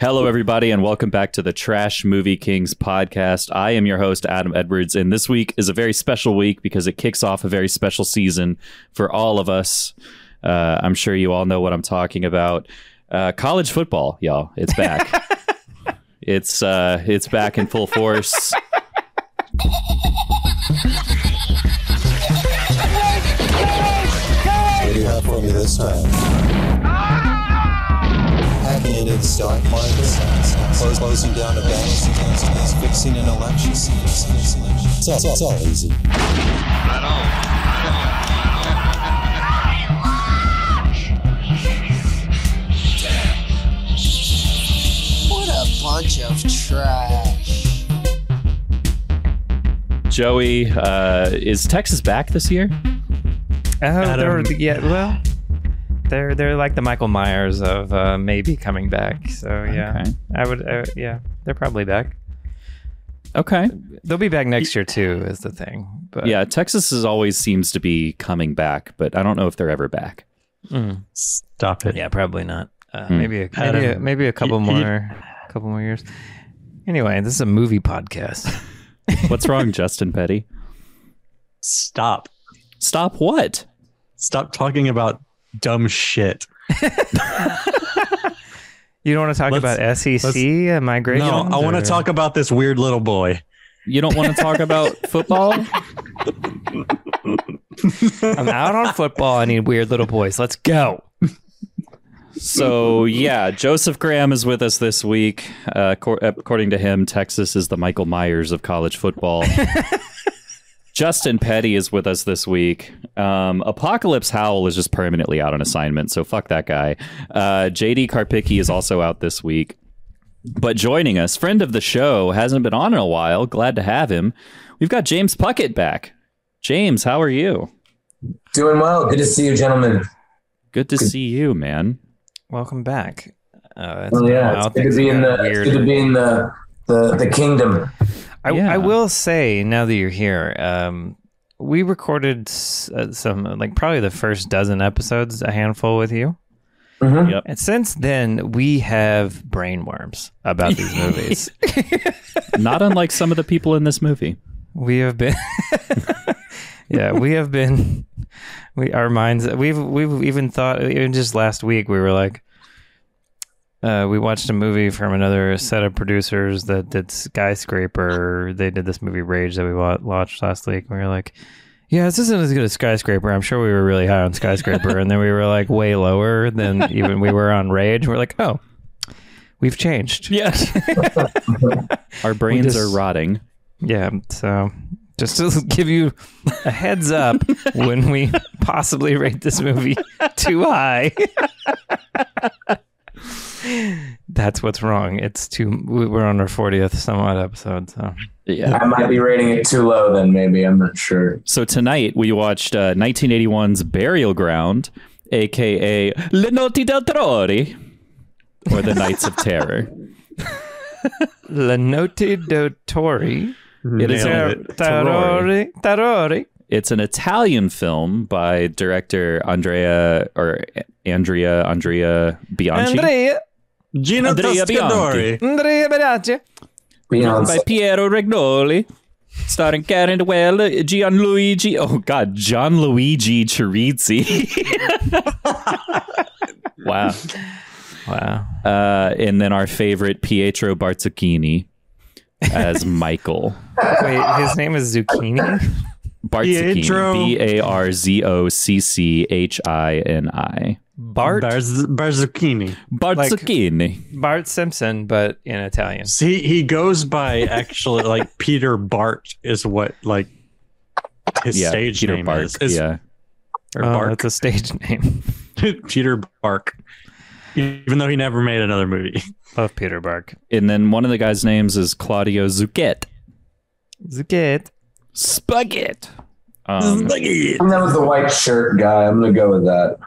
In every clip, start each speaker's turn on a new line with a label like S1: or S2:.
S1: Hello, everybody, and welcome back to the Trash Movie Kings podcast. I am your host, Adam Edwards, and this week is a very special week because it kicks off a very special season for all of us. Uh, I'm sure you all know what I'm talking about. Uh, college football, y'all, it's back. it's uh, it's back in full force.
S2: What do you have for me this time? Hacking into the stock market, close- closing down a bank, fixing an election. It's all, it's all easy.
S3: What a bunch of trash.
S1: Joey, uh, is Texas back this year?
S4: Oh, they were,
S5: Adam-
S4: yeah. Well, they're they're like the Michael Myers of uh, maybe coming back. So yeah,
S1: Okay.
S4: I would. Uh, yeah, they're probably back.
S1: Okay.
S4: They'll be back next year too. Is the thing. But
S1: Yeah, Texas is always seems to be coming back, but I don't know if they're ever back.
S4: mm,
S5: Stop it.
S4: yeah, probably not. Uh,
S1: Hmm.
S4: Maybe a, maybe a,
S5: Adam,
S4: maybe a couple
S5: you- you-
S4: more couple more years. Anyway, this is a movie podcast.
S1: What's wrong, Justin Petty?
S5: Stop.
S1: Stop what?
S5: Stop talking about dumb shit.
S4: You don't want to talk
S5: Let's-
S4: about E SEC and migration.
S5: no, I want to talk about this weird little boy.
S1: You don't want to talk about football?
S4: I'm out on football. I need weird little boys. Let's go.
S1: So, yeah, Joseph Graham is with us this week. Uh, cor- according to him, Texas is the Michael Myers of college football. Justin Petty is with us this week. Um, Apocalypse Howell is just permanently out on assignment, so fuck that guy. Uh, JD Karpicki is also out this week. But joining us, friend of the show, hasn't been on in a while. Glad to have him. We've got James Puckett back. James, how are you?
S6: Doing well. Good to see you, gentlemen.
S1: Good to see you, man.
S4: Welcome back. Uh,
S6: Well, Oh, yeah, it's good to be in the it's good to be in the the, the kingdom.
S4: I,
S1: Yeah.
S4: I will say now that you're here, um, we recorded s- uh, some like probably the first dozen episodes, a handful with you,
S6: Mhm.
S1: Yep.
S4: and since then we have brainworms about these movies.
S1: Not unlike some of the people in this movie.
S4: We have been, yeah, we have been. We our minds. We've we've even thought even just last week we were like, uh, we watched a movie from another set of producers that did Skyscraper. They did this movie Rage that we wa- watched last week. And we were like, yeah, this isn't as good as Skyscraper. I'm sure we were really high on Skyscraper, and then we were like way lower than even we were on Rage. We're like, oh, we've changed.
S1: Yes. Our brains
S4: just-
S1: are rotting.
S4: Yeah, so just to give you a heads up when we possibly rate this movie too high. That's what's wrong. It's too. we- We're on our fortieth somewhat episode, so
S1: Yeah.
S6: I might be rating it too low then maybe. I'm not sure.
S1: So tonight we watched uh, 1981's Burial Ground, aka Le Notti del Terrore, or The Nights of Terror.
S4: La Notte do Tori.
S1: It is
S5: Nailed
S1: a-
S5: it.
S4: Tarori. Tarori.
S1: It's an Italian film by director Andrea or Andrea Andrea Bianchi
S4: Andrea.
S5: Gino
S1: Andrea
S5: Toscadori.
S4: Andrea Barace.
S1: by
S6: Beyonce.
S1: Piero Regnoli, starring Karen Well, Gianluigi. Oh God, Gianluigi Chirizzi. wow.
S4: Wow.
S1: uh, and then our favorite Pietro Barzacchini as Michael
S4: Wait, his name is Zucchini.
S1: Barzacchini,
S5: Pietro.
S1: B A R Z O C C H I N I
S4: Bart
S5: Barz- Barzucchini.
S1: Barzacchini.
S4: Bart Simpson, but in Italian.
S5: He he goes by actually like Peter Bart is what like his
S1: yeah,
S5: stage
S1: Peter
S5: name
S1: Bark.
S5: is. is
S1: yeah,
S5: or
S4: Oh,
S5: Bark.
S4: that's a stage name.
S5: Peter Bark. Even though he never made another movie.
S4: Love Peter Bark.
S1: and then one of the guys' names is Claudio Zucchet.
S4: Zucchit.
S1: Spugget. Um,
S6: And that was the white shirt guy. I'm gonna go with that.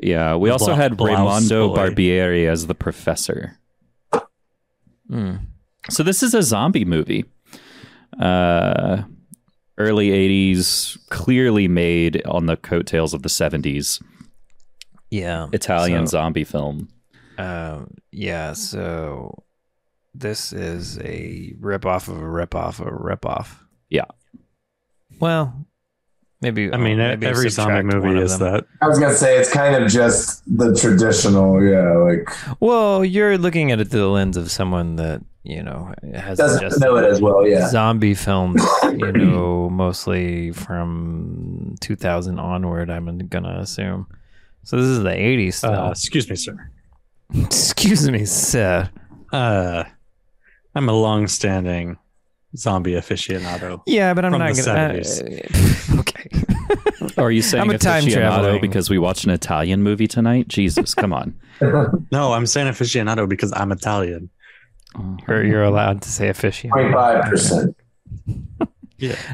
S1: yeah, we also
S5: Bla-
S1: had
S5: blouse
S1: Raimondo
S5: boy.
S1: Barbieri as the professor. So this is a zombie movie. Uh early 80s clearly made on the coattails of the 70s
S4: Yeah.
S1: Italian
S4: So-
S1: zombie film.
S4: Um, yeah, so this is a rip off of a rip off of a rip off.
S1: Yeah.
S4: Well, maybe oh,
S5: I mean, e-
S4: maybe
S5: every zombie
S4: subtract one
S5: movie
S4: of
S5: is
S4: them.
S5: that.
S6: I was gonna say it's kind of just the traditional, yeah. Like
S4: Well, you're looking at it through the lens of someone that you know has
S6: doesn't
S4: just
S6: know it as well, yeah.
S4: zombie films. You know, mostly from 2000 onward. I'm gonna assume. So this is the 80s. Still.
S5: Uh, excuse me, sir.
S4: Excuse me, sir.
S5: Uh, I'm a long-standing zombie aficionado.
S4: Yeah, but I'm
S5: From
S4: not
S5: the
S4: gonna. uh, okay.
S1: Are you saying
S4: I'm a time
S1: aficionado
S4: traveling.
S1: because we watched an Italian movie tonight? Jesus, come on.
S5: No, I'm saying aficionado because I'm Italian.
S4: Or
S1: Um,
S4: you're allowed to say officiant.
S6: Twenty five percent.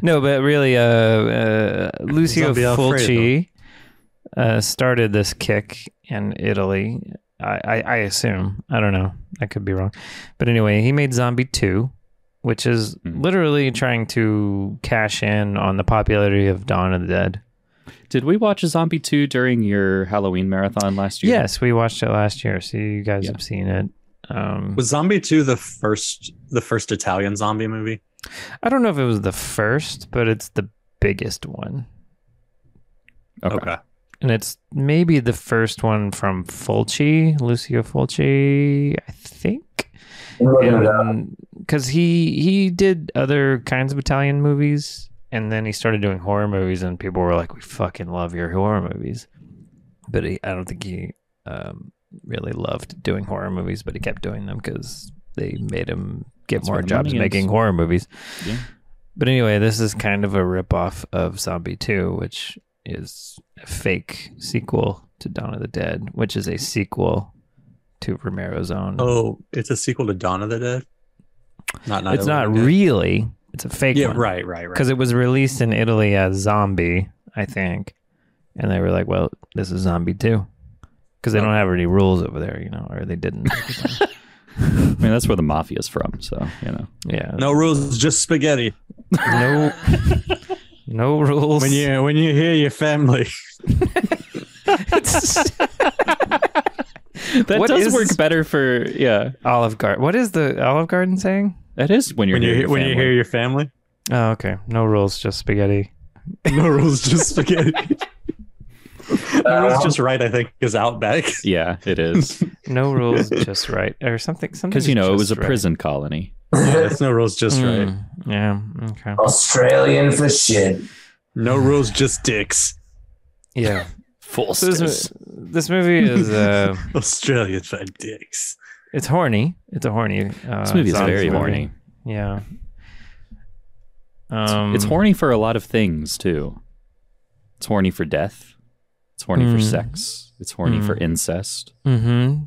S4: No, but really, uh, uh, Lucio
S5: Zombie Alfredo.
S4: Fulci uh, started this kick in Italy. I, I, I assume. I don't know. I could be wrong. But anyway, he made Zombie 2, which is
S5: Hmm.
S1: Mhm.
S4: literally trying to cash in on the popularity of Dawn of the Dead.
S1: Did we watch Zombie 2 during your Halloween marathon last year?
S4: Yes, we watched it last year, so you guys
S1: Yeah.
S4: have seen it. Um,
S5: Was Zombie Two the first the first Italian zombie movie?
S4: I don't know if it was the first, but it's the biggest one.
S1: Okay.
S4: and it's maybe the first one from Fulci, Lucio Fulci, I think, because he he did other kinds of Italian movies, and then he started doing horror movies, and people were like, "We fucking love your horror movies," but he, I don't think he um, really loved doing horror movies, but he kept doing them because they made him get
S1: That's where
S4: more
S1: the
S4: jobs
S1: money is.
S4: making horror movies.
S1: Yeah.
S4: But anyway, this is kind of a ripoff of Zombie 2, which is a fake sequel to Dawn of the Dead, which is a sequel to Romero's own.
S5: Oh, it's a sequel to Dawn of the Dead. Not,
S4: it's not
S5: really.
S4: really. It's a fake
S5: Yeah,
S4: one.
S5: right, right, right.
S4: Because it was released in Italy as Zombie, I think. And they were like, well, this is Zombie 2. Because they don't have any rules over there, you know, or they didn't.
S1: I mean, that's where the mafia's from. So, you know.
S4: yeah.
S5: no rules, just spaghetti.
S4: No, no rules.
S5: When you when you hear your family,
S1: That
S4: What
S1: does
S4: is-
S1: work better for, yeah.
S4: Olive Garden. What is the Olive Garden saying?
S1: That is when you're
S5: when
S1: near
S5: you
S1: your
S5: when you
S1: family.
S5: hear your family,
S4: Oh, okay. No rules, just spaghetti.
S5: no rules, just spaghetti. no rules, just right. I think is Outback.
S1: Yeah, it is.
S4: No rules, just right, or something.
S1: Because, you know, it was a prison colony.
S5: That's no rules, just
S4: Hmm.
S5: right.
S4: Mm, Yeah. Okay.
S6: Australian for shit.
S5: No rules, just dicks.
S4: Yeah.
S1: Full
S4: So this, this movie is uh,
S5: Australian for dicks.
S4: it's horny. It's a horny. Uh,
S1: This movie is
S4: zombie
S1: very
S4: movie.
S1: horny.
S4: Yeah. Um,
S1: it's horny for a lot of things too. It's horny for death. It's horny for
S4: Mm.
S1: sex. It's horny for
S4: Hmm.
S1: incest.
S4: Mm-hmm.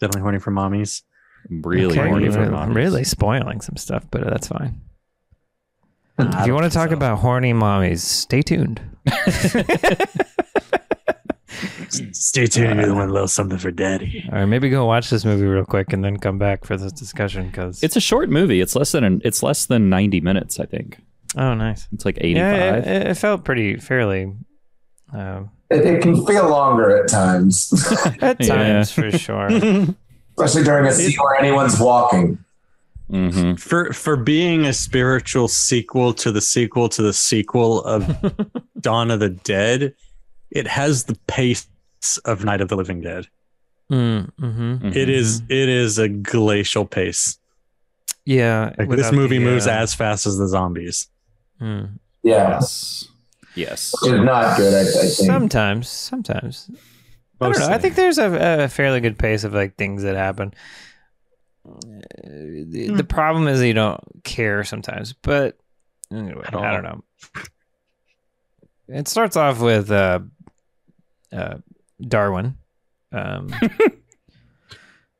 S5: Definitely horny for mommies.
S1: Really horny for
S4: really,
S1: mommies.
S4: really spoiling some stuff, but that's fine.
S5: I
S4: If you
S5: don't
S4: want to
S5: think
S4: talk
S5: so.
S4: about horny mommies, stay tuned.
S5: Stay tuned. You want a little something for daddy.
S4: Or maybe go watch this movie real quick and then come back for this discussion because
S1: It's a short movie. It's less than an, it's less than ninety minutes. I think
S4: oh nice.
S1: it's like
S4: Yeah,
S1: eighty-five.
S4: it- it, it felt pretty fairly. Uh,
S6: It, it can feel longer at times,
S4: at
S1: Yeah.
S4: times, for sure.
S6: especially during a scene where anyone's walking.
S1: Mhm.
S5: For for being a spiritual sequel to the sequel to the sequel of Dawn of the Dead, it has the pace of Night of the Living Dead.
S4: Mm, hmm
S1: Mhm.
S5: It is it is a glacial pace.
S4: Yeah,
S5: Like
S4: without
S5: this movie
S4: the,
S5: moves
S4: uh,
S5: as fast as the zombies.
S4: mm.
S6: Yeah,
S1: Yes. Yes.
S6: which is not good. I, I think.
S4: Sometimes, sometimes. I don't know. I
S5: Mostly.
S4: think there's a, a fairly good pace of like things that happen. Uh, The,
S5: Hmm.
S4: the problem is you don't care sometimes, but anyway,
S5: At
S4: I
S5: all.
S4: don't know. It starts off with uh, uh, Darwin. Um,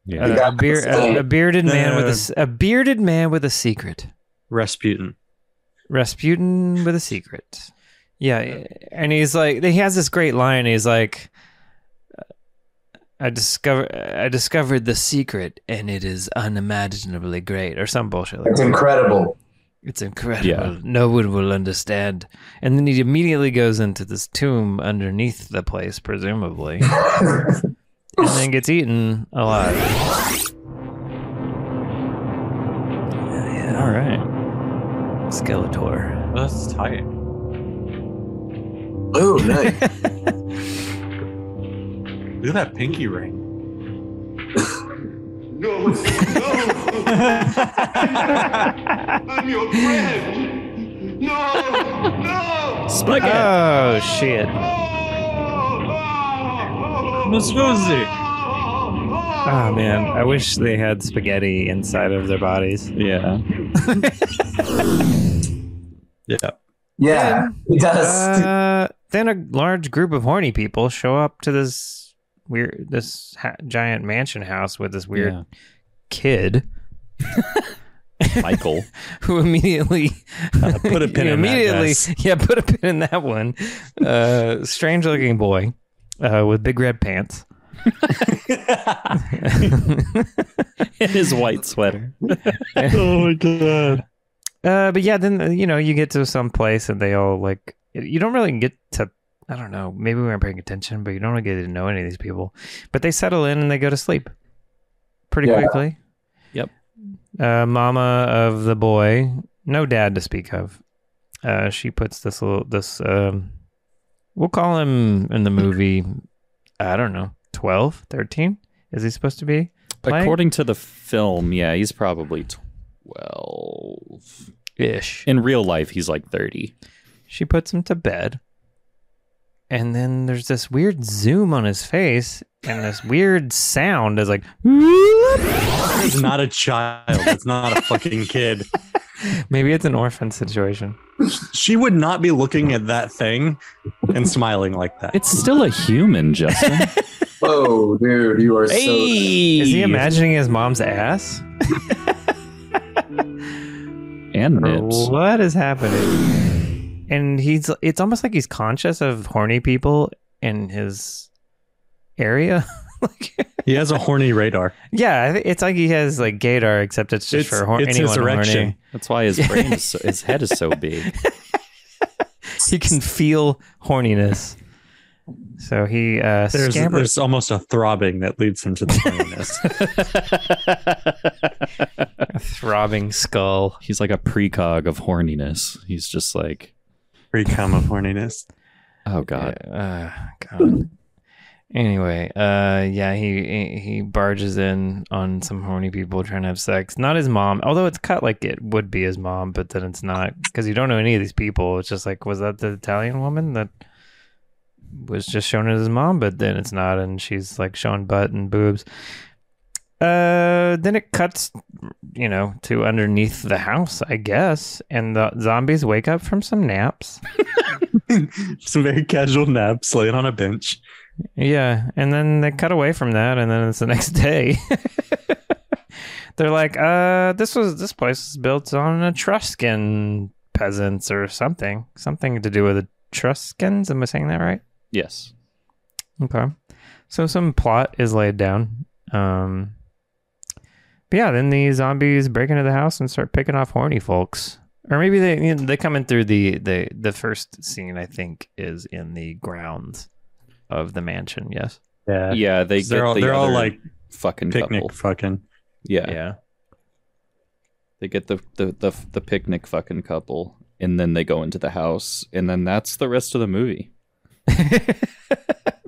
S1: Yeah.
S4: a, a, beer, a, a bearded
S5: No,
S4: man
S5: no,
S4: with a
S5: no.
S4: s- a bearded man with a secret.
S5: Rasputin.
S4: Rasputin with a secret. Yeah, and he's like, he has this great line. He's like, "I discover, I discovered the secret, and it is unimaginably great," or some bullshit. Like
S6: It's
S4: that.
S6: incredible.
S4: It's incredible.
S1: Yeah.
S4: No one will understand. And then he immediately goes into this tomb underneath the place, presumably. and then gets eaten alive.
S1: All right.
S4: Skeletor.
S5: That's tight.
S6: Oh, nice.
S5: Look at that pinky ring.
S7: No, no, I'm your friend. No, no.
S1: Spaghetti.
S4: Oh shit!
S5: Miss Rosie.
S4: Oh man, I wish they had spaghetti inside of their bodies.
S1: yeah.
S5: Yeah.
S6: yeah, it does.
S4: Uh, then a large group of horny people show up to this weird, this ha- giant mansion house with this weird
S1: Yeah.
S4: kid
S1: Michael.
S4: who immediately
S5: Uh, put a pin
S4: you
S5: in that,
S4: immediately
S5: guys.
S4: yeah put a pin in that one. Uh, strange looking boy uh, with big red pants.
S1: in his white sweater.
S5: Oh my god.
S4: Uh, but yeah, then uh, you know you get to some place and they all like you don't really get to. I don't know. Maybe we weren't paying attention, but you don't really get to know any of these people. But they settle in and they go to sleep pretty
S6: Yeah.
S4: quickly.
S1: Yep.
S4: Uh, mama of the boy, no dad to speak of. Uh, she puts this little this. Um, we'll call him in the movie. I don't know, 12, 13? Is he supposed to be? playing?
S1: According to the film, yeah, he's probably 12.
S4: ish.
S1: In real life, he's like 30.
S4: She puts him to bed. And then there's this weird zoom on his face and this weird sound is like
S5: It's not a child. It's not a fucking kid.
S4: maybe it's an orphan situation.
S5: She would not be looking at that thing and smiling like that.
S1: It's still a human, Justin.
S6: Oh, dude, you are so.
S4: Is he imagining his mom's ass?
S1: And
S4: Or
S1: nips.
S4: what is happening? And he's it's almost like he's conscious of horny people in his area. like
S5: He has a horny radar.
S4: yeah, I thi- it's like he has like gaydar except it's just
S5: It's-
S4: for hor-
S5: it's his
S4: anyone horny.
S5: erection.
S1: That's why his brain is so, his head is so big.
S4: He can feel horniness. So he uh
S5: There's
S4: scabbers-
S5: there's almost a throbbing that leads him to the horniness.
S4: throbbing skull.
S1: He's like a precog of horniness. He's just like,
S5: Free cum of horniness.
S1: oh god.
S4: Yeah, uh, God. Anyway, uh, yeah, he he barges in on some horny people trying to have sex. Not his mom, although it's cut like it would be his mom, but then it's not because you don't know any of these people. It's just like, was that the Italian woman that was just shown as his mom? But then it's not, and she's like showing butt and boobs. Uh, then it cuts, you know, to underneath the house, I guess, and the zombies wake up from some naps.
S5: Some very casual naps, laying on a bench.
S4: Yeah, and then they cut away from that, and then it's the next day. They're like, "Uh, this was this place is built on Etruscan peasants or something, something to do with Etruscans." Am I saying that right?
S1: Yes.
S4: Okay, so some plot is laid down. Um, but yeah, then the zombies break into the house and start picking off horny folks, or maybe they you know, they come in through the the the first scene. I think is in the grounds of the mansion. Yes.
S5: Yeah.
S1: Yeah, they
S5: They're
S1: get
S5: all,
S1: the
S5: they're all
S1: other
S5: like
S1: fucking
S5: picnic
S1: couple.
S5: fucking.
S1: yeah. They get the, the the the picnic fucking couple, and then they go into the house, and then that's the rest of the movie.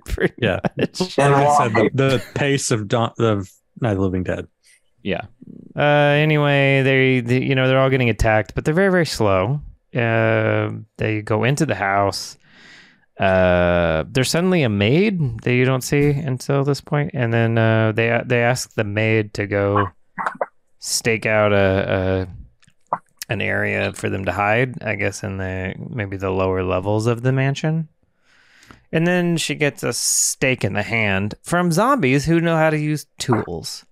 S4: Pretty
S5: Yeah.
S4: much.
S5: Like
S6: And
S5: I said,
S6: why?
S5: the, the pace of Dawn, of Night of the Living Dead.
S1: Yeah,
S4: Uh, anyway, they, they, you know, they're all getting attacked, but they're very, very slow. Uh, they go into the house. Uh, there's suddenly a maid that you don't see until this point, and then uh, they they ask the maid to go stake out a, a an area for them to hide. I guess in the maybe the lower levels of the mansion. And then she gets a stake in the hand from zombies who know how to use tools.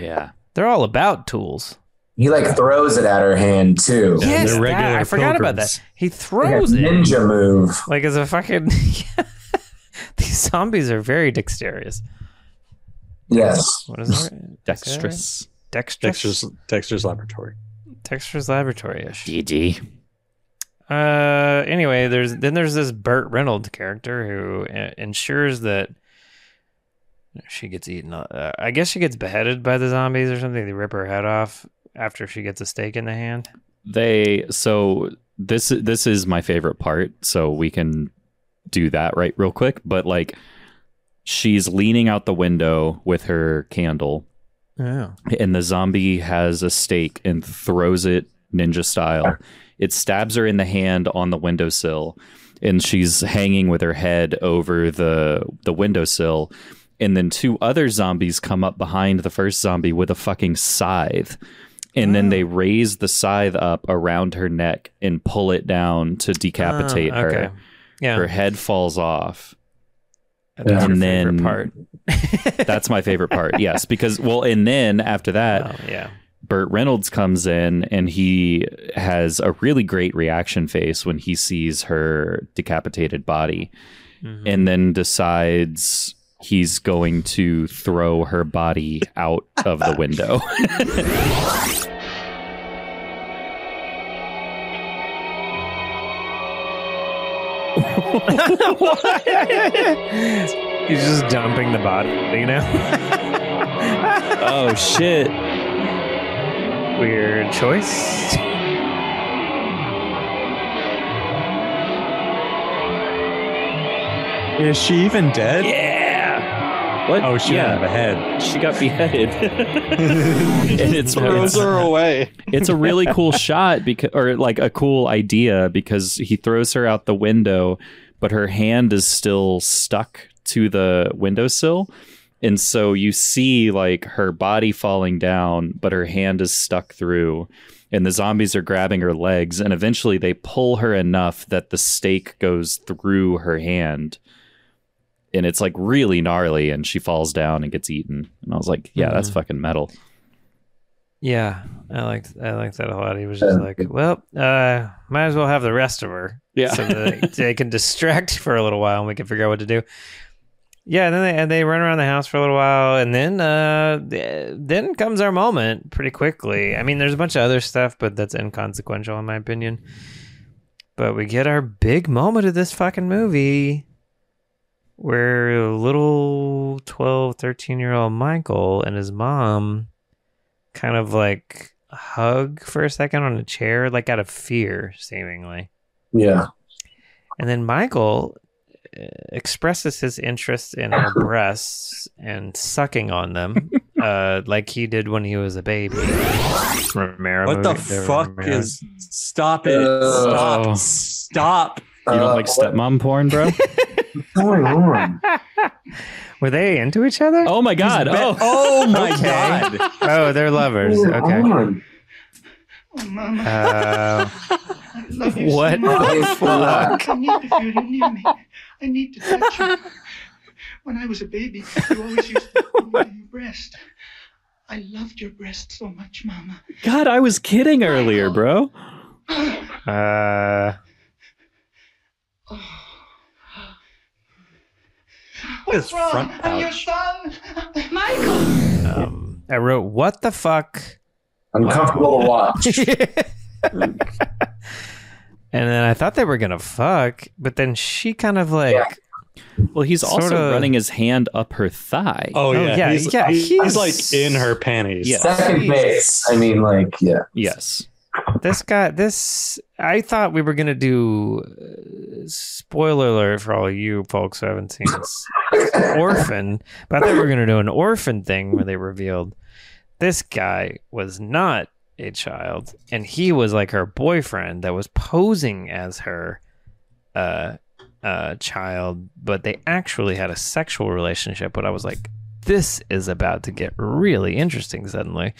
S1: yeah.
S4: They're all about tools.
S6: He like throws it at her hand too.
S5: Yeah, they're
S4: that-
S5: regular
S4: I forgot about
S5: pilgrims.
S4: that. He
S6: Like a
S4: throws it
S6: ninja move.
S4: like as a fucking. These zombies are very dexterous.
S6: Yes.
S4: What is that? Is that right?
S1: Dexterous.
S4: Dexterous.
S5: Dexter's Dexter's Laboratory.
S4: Dexterous Laboratory ish.
S1: GG.
S4: Uh, anyway, there's then there's this Burt Reynolds character who uh, ensures that She gets eaten. Uh, I guess she gets beheaded by the zombies or something. They rip her head off after she gets a stake in the hand.
S1: They so this this is my favorite part, so we can do that right real quick. But like, she's leaning out the window with her candle,
S4: Oh.
S1: and the zombie has a stake and throws it ninja style. It stabs her in the hand on the windowsill, and she's hanging with her head over the the windowsill. And then two other zombies come up behind the first zombie with a fucking scythe. And then they raise the scythe up around her neck and pull it down to decapitate her.
S4: Uh, Ah, Yeah.
S1: Her head falls off.
S4: That's her
S1: And
S4: favorite
S1: then-
S4: part.
S1: That's my favorite part. yes, because well, and then after that,
S4: Oh, yeah.
S1: Burt Reynolds comes in and he has a really great reaction face when he sees her decapitated body
S4: Mhm.
S1: and then decides he's going to throw her body out of the window.
S4: He's just dumping the body, you know?
S1: oh shit.
S4: Weird choice.
S5: Is she even dead?
S1: Yeah. What?
S5: Oh, she
S1: yeah,
S5: doesn't have a head.
S1: she got beheaded. and it's,
S8: Throws
S1: it's
S8: her away.
S1: it's a really cool shot because or like a cool idea because he throws her out the window but her hand is still stuck to the windowsill and so you see like her body falling down but her hand is stuck through and the zombies are grabbing her legs and eventually they pull her enough that the stake goes through her hand and it's like really gnarly and she falls down and gets eaten and i was like yeah that's fucking metal
S4: Yeah, I liked I liked that a lot. He was just like, "Well, uh, might as well have the rest of her,
S1: Yeah.
S4: so that they can distract for a little while, and we can figure out what to do." Yeah, and then they and they run around the house for a little while, and then uh, th- then comes our moment pretty quickly. I mean, there's a bunch of other stuff, but that's inconsequential in my opinion. But we get our big moment of this fucking movie where little 12, 13 year old Michael and his mom kind of like hug for a second on a chair, like out of fear, seemingly.
S6: Yeah.
S4: And then Michael uh, expresses his interest in her breasts and sucking on them, uh, like he did when he was a baby. Romero
S5: What the
S4: movie-
S5: fuck
S4: Romero-
S5: is? Stop it!
S6: Uh,
S1: Oh.
S5: stop! Stop!
S1: you don't
S5: Uh,
S1: like stepmom porn bro
S6: What's going on?
S4: Were they into each other?
S1: oh my god oh
S5: Oh my
S4: Okay.
S5: god!
S4: Oh, they're lovers.
S6: What's
S4: Okay.
S6: going on?
S7: Oh, Mama,
S4: Uh,
S7: I love you
S4: what
S7: so much.
S6: the fuck?
S7: I need you to near me. I need to touch you. When I was a baby, you always used to hold me to your breast. I loved your breast so much, Mama.
S1: God, I was kidding earlier, bro.
S4: uh,
S7: What's
S5: His
S7: wrong?
S5: front
S7: I'm your son, Michael.
S4: um, I wrote, "What the fuck."
S6: Uncomfortable to watch.
S4: And then I thought they were gonna fuck, but then she kind of like
S6: Yeah.
S1: Well, he's also
S4: Sorta-
S1: running his hand up her thigh.
S5: Oh yeah,
S4: yeah,
S5: he's,
S4: yeah,
S5: he's,
S4: he's-
S5: like in her panties.
S1: Yeah.
S6: Second base. I mean, like, yeah.
S1: yes.
S4: this guy this i thought we were gonna do uh, spoiler alert for all you folks who haven't seen this orphan but i thought we were gonna do an orphan thing where they revealed this guy was not a child and he was like her boyfriend that was posing as her uh uh child but they actually had a sexual relationship but i was like this is about to get really interesting suddenly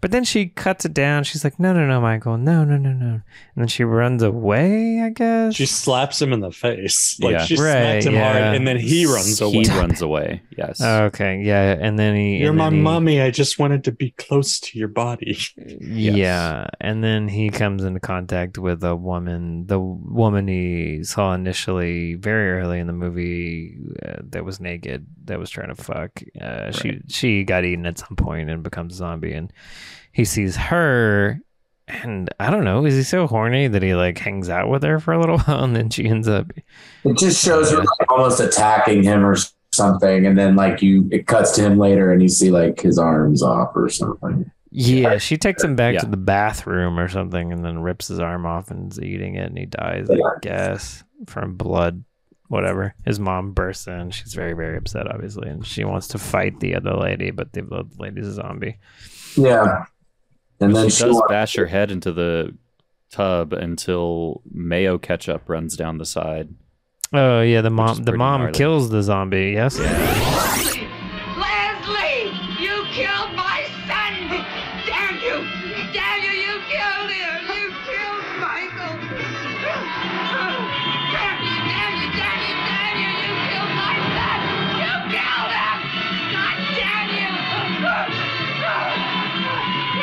S4: but then she cuts it down. She's like, no, no, no, Michael. No, no, no, no. And then she runs away, I guess.
S5: She slaps him in the face. Like
S1: Yeah.
S5: she
S4: Right,
S5: smacks him
S4: yeah.
S5: hard, and then he runs away.
S1: He runs away. Yes.
S4: okay. Yeah. And then he.
S5: You're
S4: and
S5: my
S4: then he-
S5: mummy. I just wanted to be close to your body.
S1: Yes.
S4: Yeah. And then he comes into contact with a woman, the woman he saw initially very early in the movie uh, that was naked, that was trying to fuck. Uh, She she got eaten at some point and becomes a zombie. And he sees her. And I don't know, is he so horny that he like hangs out with her for a little while and then she ends up
S6: It just shows her like, almost attacking him or something, and then like you, it cuts to him later, and you see like his arms off or something.
S4: Yeah, she takes him back
S1: Yeah.
S4: to the bathroom or something and then rips his arm off and is eating it and he dies,
S6: Yeah.
S4: I guess, from blood, whatever. His mom bursts in. She's very, very upset, obviously, and she wants to fight the other lady, but the other lady's a zombie.
S6: Yeah, and then
S1: she,
S6: she,
S1: does
S6: wants-
S1: bash her head into the tub until mayo ketchup runs down the side.
S4: Oh yeah, the
S1: is
S4: mom the
S1: pretty
S4: mom
S1: gnarly.
S4: kills the zombie, yes?
S8: Leslie, you killed my son! Damn you! Damn you, you killed him! You killed Michael! Damn you, damn you, damn you, damn you! You killed my son! You killed him! God damn you!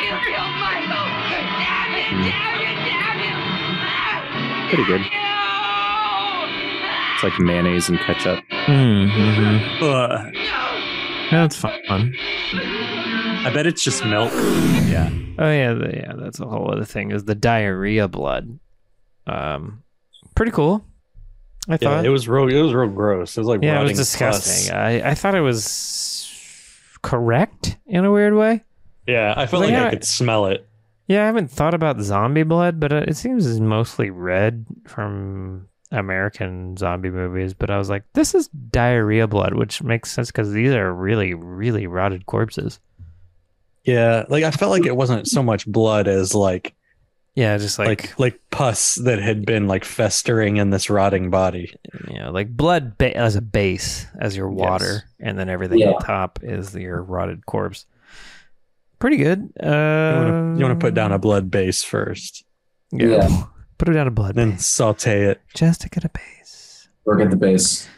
S8: You killed Michael! Damn you, damn you, damn you!
S1: Pretty good.
S8: Damn
S1: It's like mayonnaise and ketchup.
S4: Mm-hmm.
S5: Ugh.
S8: you! No!
S4: That's fun.
S5: I bet it's just milk.
S4: Oh yeah, the, yeah, that's a whole other thing is the diarrhea blood. Um pretty cool. I
S5: Yeah,
S4: thought
S5: it was real. It was real gross. It was like
S4: yeah, it was
S5: rotting
S4: disgusting.
S5: pus.
S4: I, I thought it was correct in a weird way.
S5: Yeah, I felt
S4: Like,
S5: like
S4: yeah.
S5: I could smell it.
S4: Yeah, I haven't thought about zombie blood, but uh, it seems it's mostly red from American zombie movies. But I was like, this is diarrhea blood, which makes sense because these are really, really rotted corpses.
S5: Yeah, like I felt like it wasn't so much blood as like
S4: Yeah, just like,
S5: like like pus that had been like festering in this rotting body.
S4: you know, like blood ba- as a base as your water, and then everything
S6: Yeah.
S4: on top is your rotted corpse. Pretty good. Uh,
S5: You want to you want to put down a blood base first,
S4: yeah. Put it down a blood
S5: then
S4: base.
S5: saute it.
S4: just to get a base.
S6: work at the base.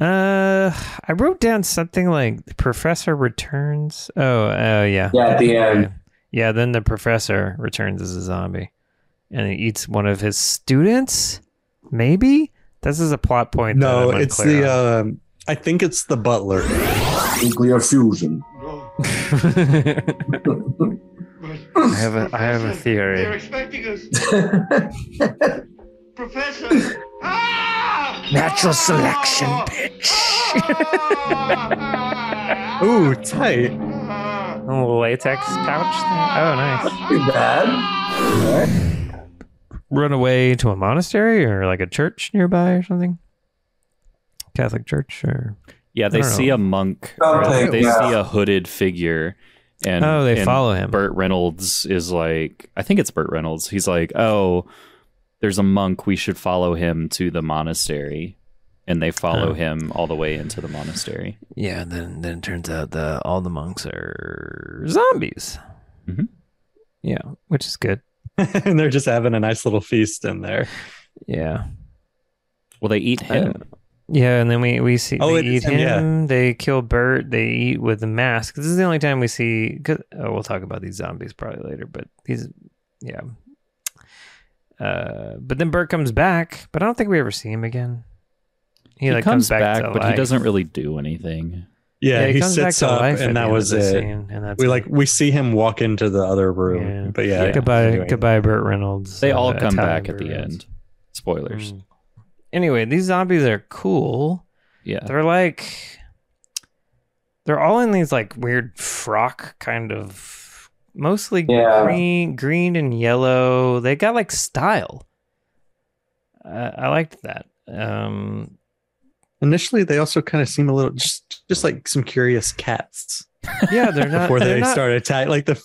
S4: Uh, I wrote down something like the professor returns. Oh, oh yeah.
S6: Yeah, at the end.
S4: Yeah, then the professor returns as a zombie, and he eats one of his students. Maybe this is a plot point. that
S5: No,
S4: I'm
S5: it's
S4: unclear
S5: the
S4: on.
S5: um, I think it's the butler.
S6: Nuclear fusion.
S7: No.
S5: uh,
S4: I have a I have a
S7: They're
S4: theory.
S7: expecting us.
S6: yeah,
S7: Professor! Ah!
S4: Natural selection,
S7: Ah! Ah!
S5: Ooh, tight.
S7: Ah!
S4: A little latex pouch thing. Oh, nice.
S6: too bad.
S4: Run away to a monastery or like a church nearby or something. Catholic church or
S1: Yeah, they
S4: don't
S1: see
S4: know.
S1: a monk.
S6: Something,
S1: they
S6: yeah.
S1: see a hooded figure. And,
S4: oh they
S1: and
S4: follow him.
S1: Burt Reynolds is like, I think it's Burt Reynolds. He's like, oh, there's a monk. We should follow him to the monastery. And they follow
S4: Oh.
S1: him all the way into the monastery.
S4: Yeah, and then then it turns out the all the monks are zombies.
S5: Mm-hmm.
S1: Mhm.
S4: Yeah, which is good.
S5: and they're just having a nice little feast in there.
S4: Yeah,
S1: Well, they eat him.
S4: yeah, and then we we see
S5: Oh,
S4: they
S5: it
S4: eat
S5: is
S4: him.
S5: him, yeah.
S4: They kill Bert. They eat with the mask. This is the only time we see. 'cause- oh, we'll talk about these zombies probably later, but these, yeah. Uh, but then Bert comes back, but I don't think we ever see him again. He, like comes, back, to
S1: but he
S4: life.
S1: doesn't really do anything.
S5: Yeah,
S4: Yeah,
S5: he,
S4: he, comes back
S5: sits
S4: to
S5: up,
S4: life, at
S5: and
S4: the
S5: that
S4: end of
S5: was
S4: the
S5: it.
S4: scene, and that's
S5: We
S4: it.
S5: like we see him walk into the other room,
S4: Yeah.
S5: but yeah,
S1: Yeah.
S4: goodbye,
S5: doing-
S4: goodbye, Burt Reynolds.
S1: They all
S4: uh,
S1: come
S4: Italian
S1: back at
S4: Burt
S1: the
S4: Reynolds.
S1: end. Spoilers.
S4: Mm. Anyway, these zombies are cool.
S1: Yeah.
S4: They're like they're all in these like weird frock kind of mostly
S6: Yeah.
S4: green green and yellow. They got like style. I I liked that. Um
S5: Initially, they also kind of seem a little just just like some curious cats
S4: yeah, they're not
S5: before
S4: Uh, they're
S5: they
S4: not-
S5: start attack. Like the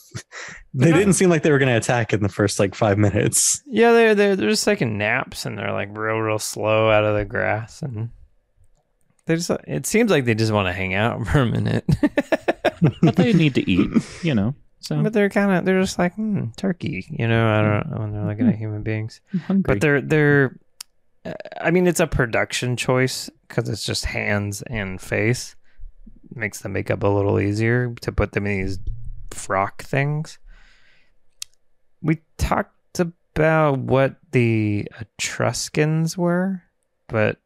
S5: they
S4: They're not-
S5: didn't seem like they were going to attack in the first like five minutes.
S4: Yeah, they're they're they're just taking naps and they're like real real slow out of the grass and they just it seems like they just want to hang out for a minute.
S1: but they need to eat, you know. So
S4: but they're kind of they're just like hmm, turkey, you know. I don't know when they're looking at human beings,
S1: I'm hungry.
S4: but they're they're. uh, I mean, it's a production choice because it's just hands and face. Makes the makeup a little easier to put them in these frock things. We talked about what the Etruscans were, but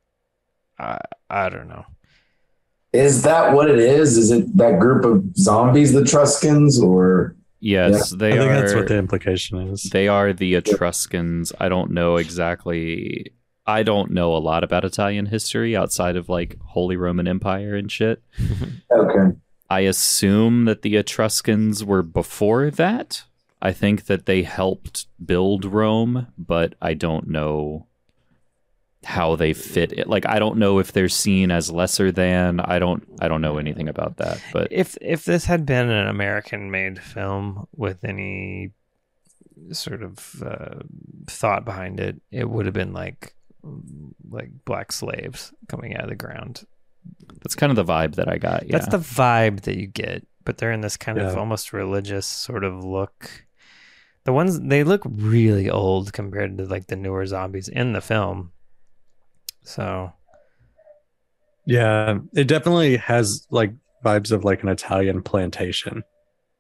S4: I I don't know.
S6: Is that what it is? Is it that group of zombies, the Truskins, or
S1: yes, they
S5: I think
S1: are.
S5: that's what the implication is.
S1: They are the Etruscans. I don't know exactly I don't know a lot about Italian history outside of like Holy Roman Empire and shit.
S4: Mm-hmm.
S6: Okay.
S1: I assume that the Etruscans were before that. I think that they helped build Rome, but I don't know how they fit it. Like I don't know if they're seen as lesser than. I don't I don't know anything about that. But
S4: if if this had been an American made film with any sort of uh, thought behind it, it would have been like like black slaves coming out of the ground.
S1: that's kind of the vibe that I got. Yeah.
S4: That's the vibe that you get, but they're in this kind of
S5: Yeah.
S4: almost religious sort of look. The ones they look really old compared to like the newer zombies in the film. So
S5: Yeah, it definitely has like vibes of like an Italian plantation,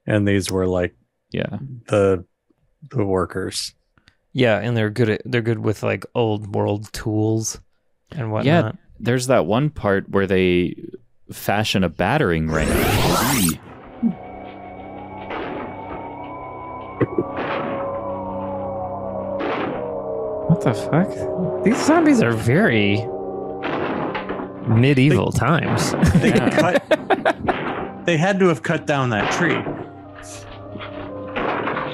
S5: and these were like
S1: yeah.
S5: the the workers.
S4: yeah, and they're good at they're good with like old world tools and whatnot.
S1: There's that one part where they fashion a battering ram.
S4: What the fuck? These zombies are very medieval times.
S5: They cut. They had to have cut down that tree.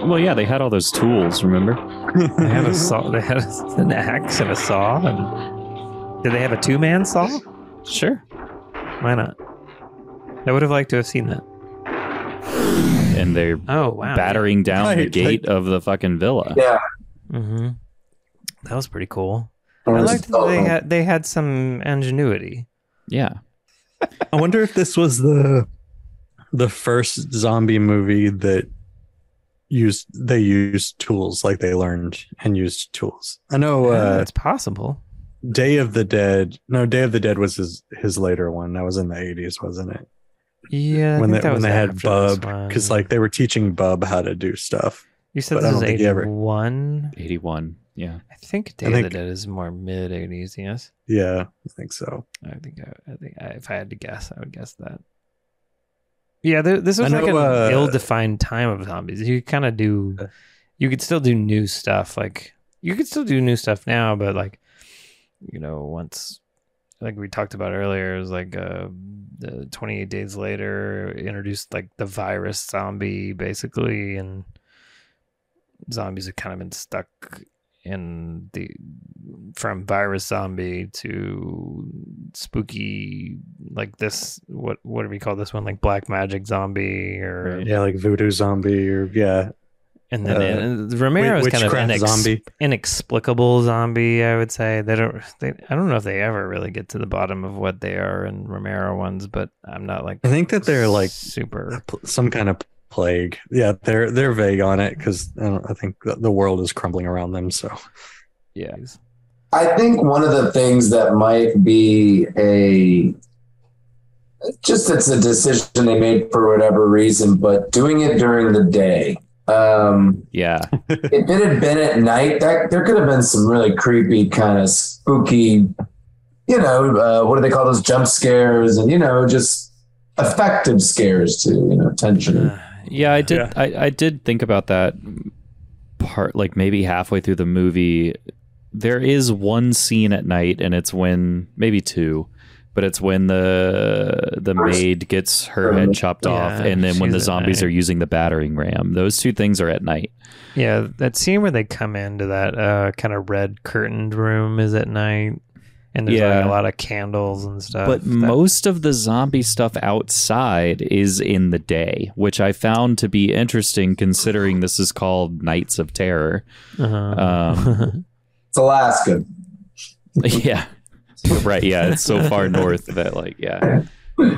S1: Well, yeah, they had all those tools, remember?
S4: they had a saw. They had a- an axe and a saw. And did they have a two-man saw?
S1: Sure.
S4: Why not? I would have liked to have seen that.
S1: And they're
S4: Oh wow!
S1: battering down
S5: Right,
S1: the
S5: like-
S1: gate of the fucking villa.
S6: Yeah.
S4: Mm-hmm. That was pretty cool.
S6: Or
S4: I
S6: is-
S4: liked that they had they had some ingenuity.
S1: Yeah.
S5: I wonder if this was the the first zombie movie that used they used tools like they learned and used tools. I know uh,
S4: That's possible.
S5: Day of the Dead. No, Day of the Dead was his his later one. That was in the eighties, wasn't it?
S4: Yeah, I
S5: when they
S4: think that
S5: when
S4: was
S5: they had
S4: after this
S5: Bub, because
S4: one.
S5: like they were teaching Bub how to do stuff.
S4: you said,
S5: but I
S4: this is
S5: don't think he ever-
S4: eighty-one.
S1: 81. Yeah.
S4: I think Day of
S5: think-
S4: the Dead is more mid eighties. Yes,
S5: Yeah, I think so.
S4: I think I, I think I, if I had to guess, I would guess that. Yeah, there, this
S5: I
S4: was like
S5: know,
S4: an
S5: uh,
S4: ill-defined time of zombies. You kind of do, you could still do new stuff. Like you could still do new stuff now, but like, you know, once like we talked about earlier, it was like uh, the 28 days later introduced like the virus zombie basically, and zombies have kind of been stuck in the from virus zombie to spooky like this what what do we call this one like black magic zombie or
S1: Right.
S5: Yeah, like voodoo zombie or yeah,
S4: and then
S5: Uh,
S4: and Romero's
S5: witch-
S4: kind of
S5: witchcraft
S4: inex-
S5: zombie.
S4: inexplicable zombie I would say they don't they I don't know if they ever really get to the bottom of what they are in Romero ones but I'm not like
S5: I think that they're like
S4: super
S5: pl- some kind of plague. Yeah, they're they're vague on it because I, don't- I think the, the world is crumbling around them. So
S4: yeah
S6: I think one of the things that might be a just it's a decision they made for whatever reason, but doing it during the day. Um,
S1: Yeah.
S6: if it had been at night, that there could have been some really creepy, kind of spooky, you know, uh, what do they call those jump scares and you know, just effective scares too, you know, tension.
S4: uh,
S1: Yeah, I did.
S5: Yeah.
S1: I, I did think about that part, like maybe halfway through the movie. There is one scene at night, and it's when maybe two, but it's when the the maid gets her head chopped off,
S4: Yeah,
S1: and then when
S4: she's
S1: the
S4: at
S1: zombies
S4: night.
S1: are using the battering ram. Those two things are at night.
S4: yeah that scene where they come into that uh kind of red curtained room is at night and there's like
S1: Yeah.
S4: a lot of candles and stuff
S1: But
S4: Uh, that-
S1: most of the zombie stuff outside is in the day, which I found to be interesting considering this is called Nights of Terror. Um,
S4: Uh-huh.
S1: uh,
S6: It's Alaska.
S1: yeah right yeah it's so far north that like yeah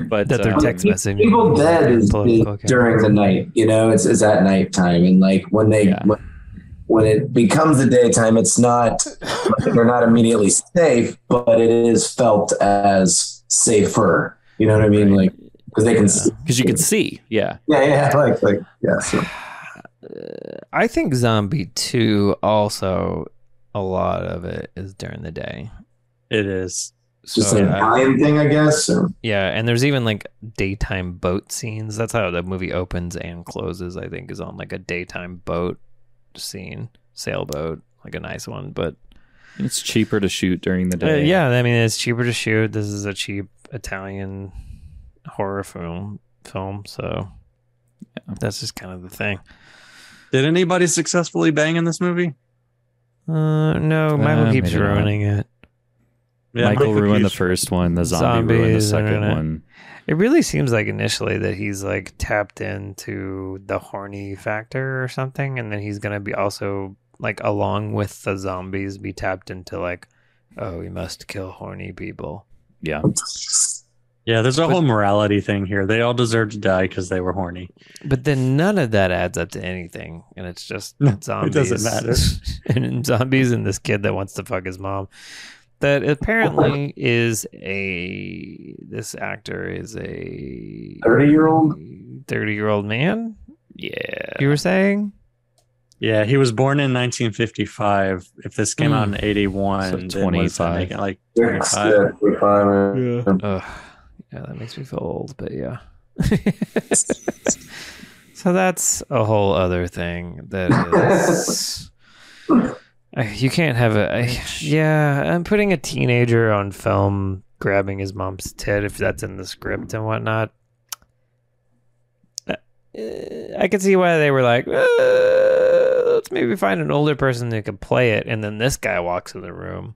S1: but
S4: that they're
S1: um,
S4: text messaging
S6: Evil Dead is, is
S4: Political
S6: during the night. You know, it's it's at nighttime, and like when they
S1: Yeah.
S6: when, when it becomes the daytime, it's not they're not immediately safe, but it is felt as safer. You know what I mean? Like because they can, see-
S1: because you can see yeah
S6: yeah, yeah, like like yeah. So.
S4: I think Zombie 2 also a lot of it is during the day.
S5: it is.
S4: So
S6: Just like a
S4: yeah.
S6: lion thing, I guess. or-
S4: yeah, and there's even like daytime boat scenes. That's how the movie opens and closes, I think, is on like a daytime boat scene, sailboat, like a nice one, but
S1: It's cheaper to shoot during the
S4: Uh,
S1: day.
S4: yeah, I mean it's cheaper to shoot. This is a cheap Italian horror film film, so that's just kind of the thing.
S5: Did anybody successfully bang in this movie?
S4: Uh, no, Michael
S1: Uh,
S4: keeps
S1: maybe not.
S4: ruining it.
S1: Michael ruined the
S5: Keaton.
S1: first one. The zombie ruined the
S4: Zombies, I don't
S1: second
S4: know.
S1: one.
S4: It really seems like initially that he's like tapped into the horny factor or something, and then he's gonna be also like along with the zombies be tapped into like, oh, we must kill horny people.
S1: Yeah.
S5: Yeah, there's a whole morality thing here. They all deserve to die because they were horny.
S4: But then none of that adds up to anything, and it's just
S5: No, it
S4: zombies.
S5: doesn't matter.
S4: and then zombies and this kid that wants to fuck his mom. That apparently is a this actor is a
S6: 30-year-old?
S4: thirty year old man.
S1: Yeah.
S4: You were saying
S5: Yeah, he was born in 1955. If this came out in 81,
S1: Hmm. So
S5: then what does that
S1: 25.
S5: make it, like
S6: Six,
S5: 25.
S6: yeah, three, five, uh,
S4: Ugh. Yeah, that makes me feel old, but yeah. so that's a whole other thing that is. Uh, you can't have a. I- yeah, I'm putting a teenager on film grabbing his mom's tit if that's in the script and whatnot. Uh, I could see why they were like, "Uh, let's maybe find an older person who could play it. And then this guy walks in the room.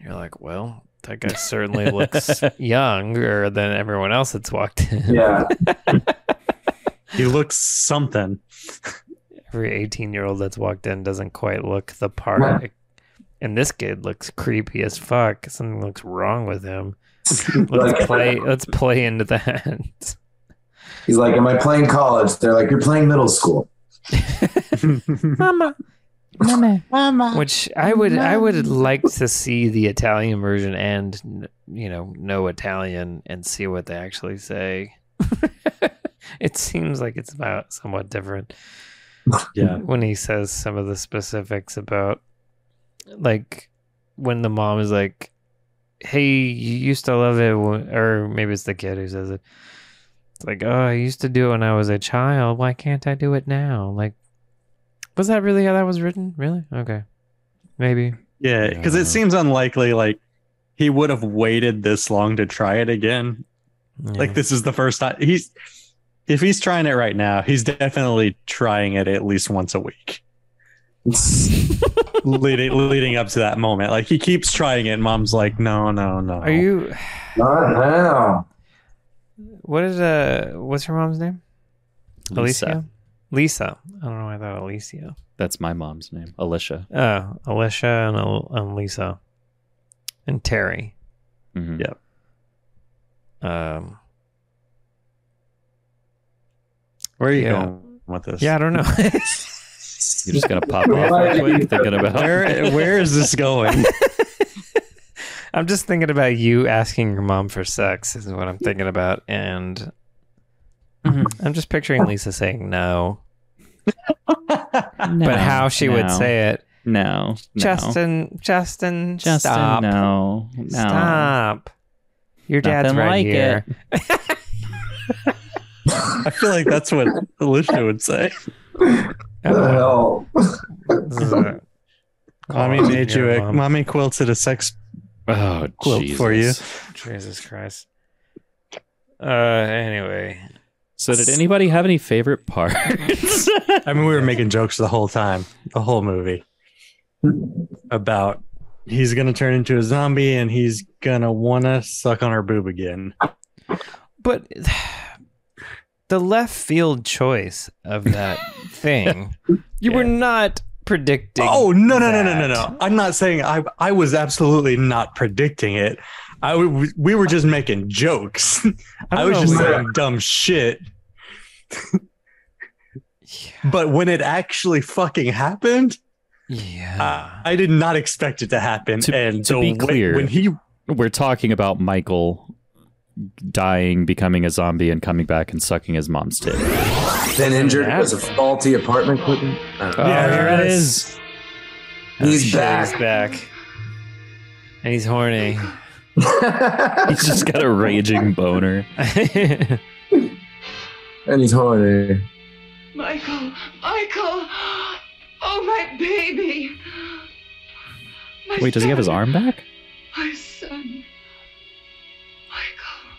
S4: You're like, well, that guy certainly looks younger than everyone else that's walked in.
S6: yeah.
S5: He looks something.
S4: Every 18 year old that's walked in doesn't quite look the part. And this kid looks creepy as fuck. Something looks wrong with him. Let's
S6: Like-
S4: play. Let's play into that.
S6: He's like, Am I playing college? They're like, You're playing middle school.
S4: Mama, mama, which I would I would like to see the Italian version and you know no Italian and see what they actually say. it seems like it's about somewhat different.
S5: Yeah.
S4: when he says some of the specifics about like when the mom is like hey you used to love it when, or maybe it's the kid who says it it's like oh i used to do it when i was a child why can't i do it now like was that really how that was written really okay maybe
S5: Yeah, because
S1: Yeah.
S5: it seems unlikely like he would have waited this long to try it again. Like this is the first time he's if he's trying it right now, he's definitely trying it at least once a week. leading leading up to that moment. Like he keeps trying it and mom's like, "No, no, no."
S4: are you
S6: Not now.
S4: what is uh what's your mom's name alicia lisa i don't know why i thought alicia
S1: That's my mom's name. Alicia.
S4: Oh, Alicia and, Al- and Lisa and Terry.
S1: Mhm.
S5: Yeah.
S4: Um,
S5: Where are you
S4: Yeah.
S5: going with this?
S4: yeah, I don't know.
S1: You're just gonna pop off real quick thinking about
S5: Where where is this going?
S4: I'm just thinking about you asking your mom for sex, is what I'm thinking about. And
S1: Mm-hmm.
S4: I'm just picturing Lisa saying no. but how she would
S1: no,
S4: say it
S1: no, no.
S4: Justin, Justin,
S1: Justin,
S4: stop.
S1: no, no,
S4: Stop. Your dad's
S1: Nothing
S4: right
S1: like
S4: here.
S1: it.
S5: I feel like that's what Alicia would say.
S6: What the hell?
S4: This is a-
S5: Mommy
S4: Oh,
S5: made you
S4: dear,
S5: a
S4: Mom.
S5: mommy quilted a sex
S1: Oh,
S5: quilt
S1: Jesus.
S5: for you.
S4: Jesus Christ. Uh, anyway.
S1: So, did anybody have any favorite parts?
S5: I mean, we were making jokes the whole time, the whole movie about he's gonna turn into a zombie and he's gonna wanna suck on her boob again.
S4: But the left field choice of that thing, you were not predicting.
S5: Oh no no no no no
S4: that.
S5: no! I'm not saying I I was absolutely not predicting it. I w- we were just making jokes.
S4: I
S5: I,
S4: don't
S5: was
S4: know
S5: just
S4: where-
S5: saying dumb shit. But when it actually fucking happened,
S4: Yeah.
S5: I, I did not expect it to happen.
S1: To-
S5: and
S1: to
S5: so
S1: be
S5: when-
S1: clear-
S5: when he
S1: We're talking about Michael dying, becoming a zombie, and coming back and sucking his mom's tit.
S6: Then injured because of faulty apartment equipment.
S4: Oh,
S5: Yeah,
S4: there it
S5: yes.
S4: is.
S6: He's
S4: Shit,
S6: back.
S4: He's back. And he's horny.
S1: He's just got a raging boner.
S4: Uh,
S6: and he's horny.
S8: Michael, Michael, oh my baby.
S7: My
S1: Wait, does he have his
S7: son.
S1: arm back?
S7: My son. Michael.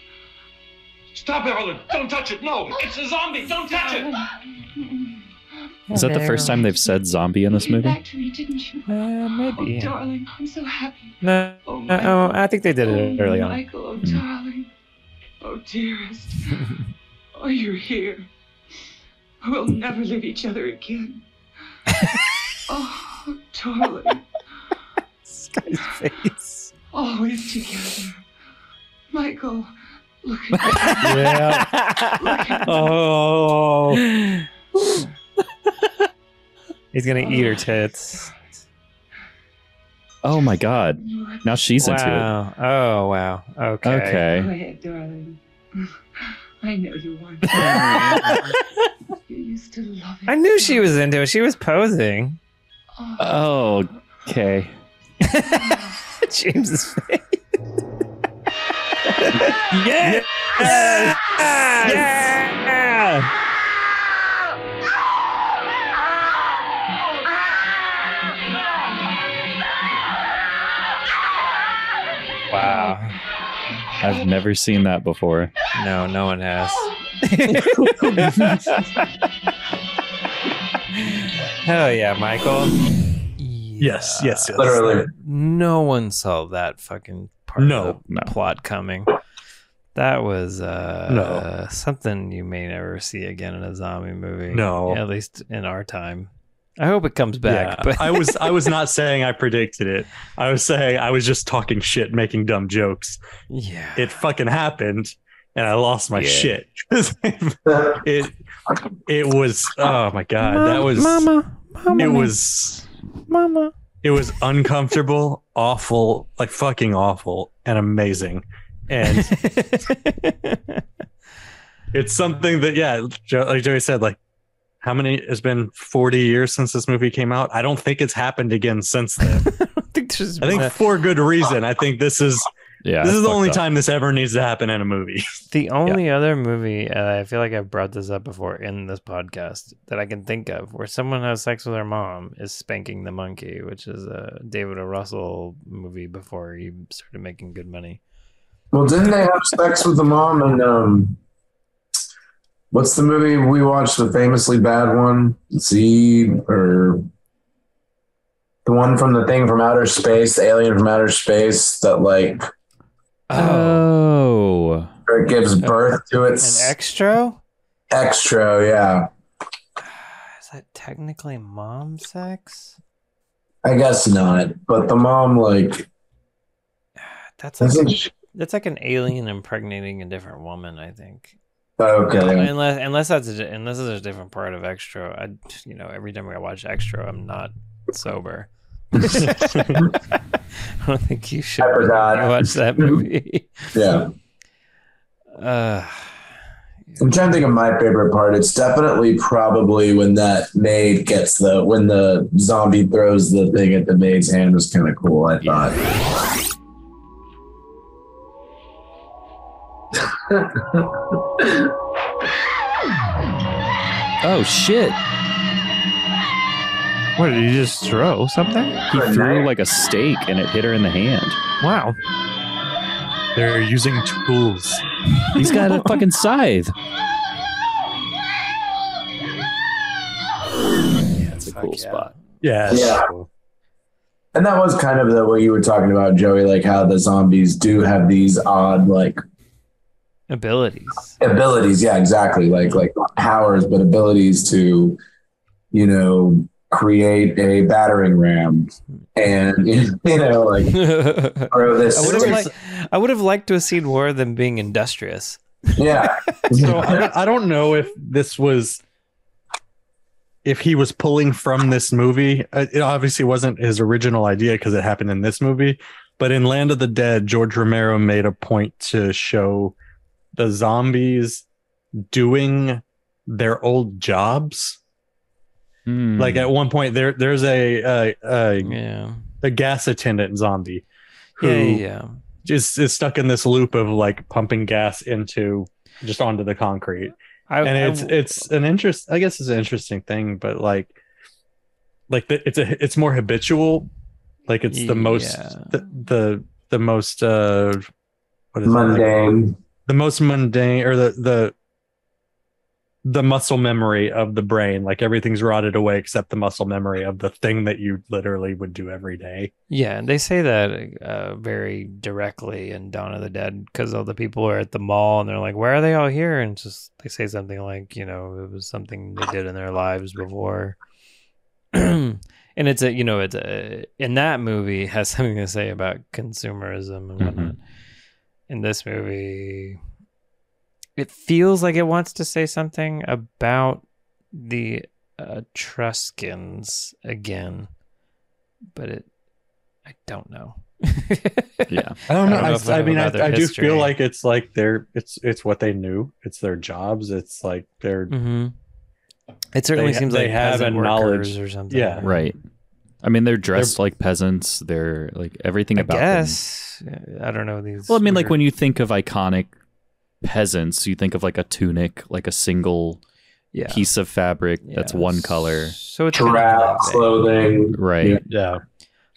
S9: Stop, Evelyn! Don't touch it! No! It's a zombie! Don't touch it!
S7: Oh,
S1: Is that the first time they've said zombie in this
S7: You came
S1: movie?
S7: back to me, didn't you?
S4: Uh, maybe.
S7: Oh, darling, I'm so happy.
S4: No,
S7: Oh,
S4: no,
S7: Michael.
S4: oh, I think they did
S7: oh,
S4: it early on.
S7: Michael, oh, darling. Oh, dearest. oh, you're here. We'll never leave each other again. oh, darling.
S4: This guy's face.
S7: Always together. Michael, look at me.
S1: Yeah.
S7: Look at me.
S4: Oh. He's gonna eat her tits.
S1: Oh my god.
S7: You are-
S1: Now she's into
S4: wow. Oh wow.
S1: it.
S4: Okay.
S7: Go
S1: Okay.
S7: ahead, darling. I know you want to. you used to love it.
S4: I knew she was into it. She was posing.
S7: Oh,
S1: Oh, okay.
S4: James's face.
S1: Yes!
S4: Yes! Yeah! Wow.
S1: I've never seen that before.
S4: No, no one has. Hell Oh, yeah, Michael.
S5: Yes, yes, yes.
S6: Literally.
S4: No one saw that fucking part
S5: No.
S4: of the plot coming. That was uh,
S5: No.
S4: something you may never see again in a zombie movie.
S5: No.
S4: at least in our time. I hope it comes
S5: Yeah,
S4: back. but
S5: I was I was not saying I predicted it. I was saying I was just talking shit, making dumb jokes.
S4: yeah,
S5: It fucking happened, and I lost my shit. it it was oh my god, that was
S4: Mama. Mama,
S5: it was
S4: Mama.
S5: it was uncomfortable, awful, like fucking awful, and amazing. And it's something that yeah, Joe, like Joey said, like how many? It's been forty years since this movie came out. I don't think it's happened again since then.
S4: I think there's
S5: I think for good reason. I think this is
S1: Yeah.
S5: this is the
S1: fucked
S5: only
S1: up.
S5: time this ever needs to happen in a movie.
S4: The only other movie, uh, I feel like I've brought this up before in this podcast, that I can think of where someone has sex with their mom is Spanking the Monkey, which is a David O. Russell movie before he started making good money.
S6: Well, didn't they have sex with the mom and um, what's the movie we watched? The famously bad one, Z or the one from the thing from outer space, the alien from outer space that like
S1: Uh, Oh.
S6: it gives birth to its
S4: An extra?
S6: extra. Yeah,
S4: Is that technically mom sex?
S6: I guess not. But the mom like
S4: That's like,
S6: doesn't.
S4: a-
S6: She,
S4: that's like an alien impregnating a different woman, I think.
S6: okay,
S4: Unless unless that's a, di- unless it's a different part of extra. I you know every time I watch extra, I'm not sober. I don't think you should
S6: I forgot.
S4: watch that movie.
S6: yeah.
S4: Uh,
S6: I'm trying to think of my favorite part. It's definitely probably when that maid gets the when the zombie throws the thing at the maid's hand was kind of cool. I thought.
S1: Oh shit.
S4: what did you just throw something?
S1: He threw like a steak and it hit her in the hand.
S4: Wow.
S5: They're using tools.
S1: He's got a fucking scythe. Yeah, it's a cool spot.
S5: Yeah.
S6: Yeah. And that was kind of the what you were talking about, Joey, like how the zombies do have these odd like
S4: Abilities.
S6: abilities. Yeah, exactly. Like like not powers, but abilities to, you know, create a battering ram and you know, like
S4: I
S6: throw this.
S4: would have liked. I would have liked to have seen more of them being industrious.
S6: yeah.
S5: So I don't, I don't know if this was if he was pulling from this movie. Uh, It obviously wasn't his original idea because it happened in this movie. But in Land of the Dead, George Romero made a point to show the zombies doing their old jobs.
S1: Hmm.
S5: Like at one point, there there's a a, a
S4: Yeah.
S5: a gas attendant zombie who
S4: Yeah. Yeah.
S5: just is stuck in this loop of like pumping gas into just onto the concrete
S4: I,
S5: and
S4: I-
S5: it's it's an interest i guess it's an interesting thing but like like the, it's a it's more habitual Like it's the most
S4: Yeah.
S5: the, the the most uh what is it? Like,
S6: Mundane.
S5: the most mundane or the the the muscle memory of the brain. Like everything's rotted away except the muscle memory of the thing that you literally would do every day.
S4: Yeah, and they say that uh, very directly in Dawn of the Dead because all the people are at the mall and they're like, "Why are they all here?" And just they say something like, "You know, it was something they did in their lives before." and it's a, you know, it's a, in that movie has something to say about consumerism and whatnot. In this movie, it feels like it wants to say something about the Etruscans uh, again, but it I don't know.
S1: Yeah.
S5: I don't know.
S4: I don't know
S5: I,
S4: if I
S5: I
S4: know
S5: mean, I,
S4: about their
S5: I do
S4: history.
S5: feel like it's like they're it's it's what they knew. It's their jobs. It's like their
S4: Mm-hmm. It certainly
S5: They-
S4: seems
S5: they
S4: like
S5: have
S4: peasant
S5: a knowledge.
S4: workers or something.
S5: Yeah.
S1: Right. I mean, they're dressed like peasants. They're like everything
S4: I
S1: about them.
S4: guess. I don't know these.
S1: Well, I mean, like when you think of iconic peasants, you think of like a tunic, like a single
S4: yeah.
S1: piece of fabric
S4: Yeah.
S1: that's one color.
S4: So it's
S6: Trap clothing.
S1: Right.
S6: Yeah.
S5: yeah.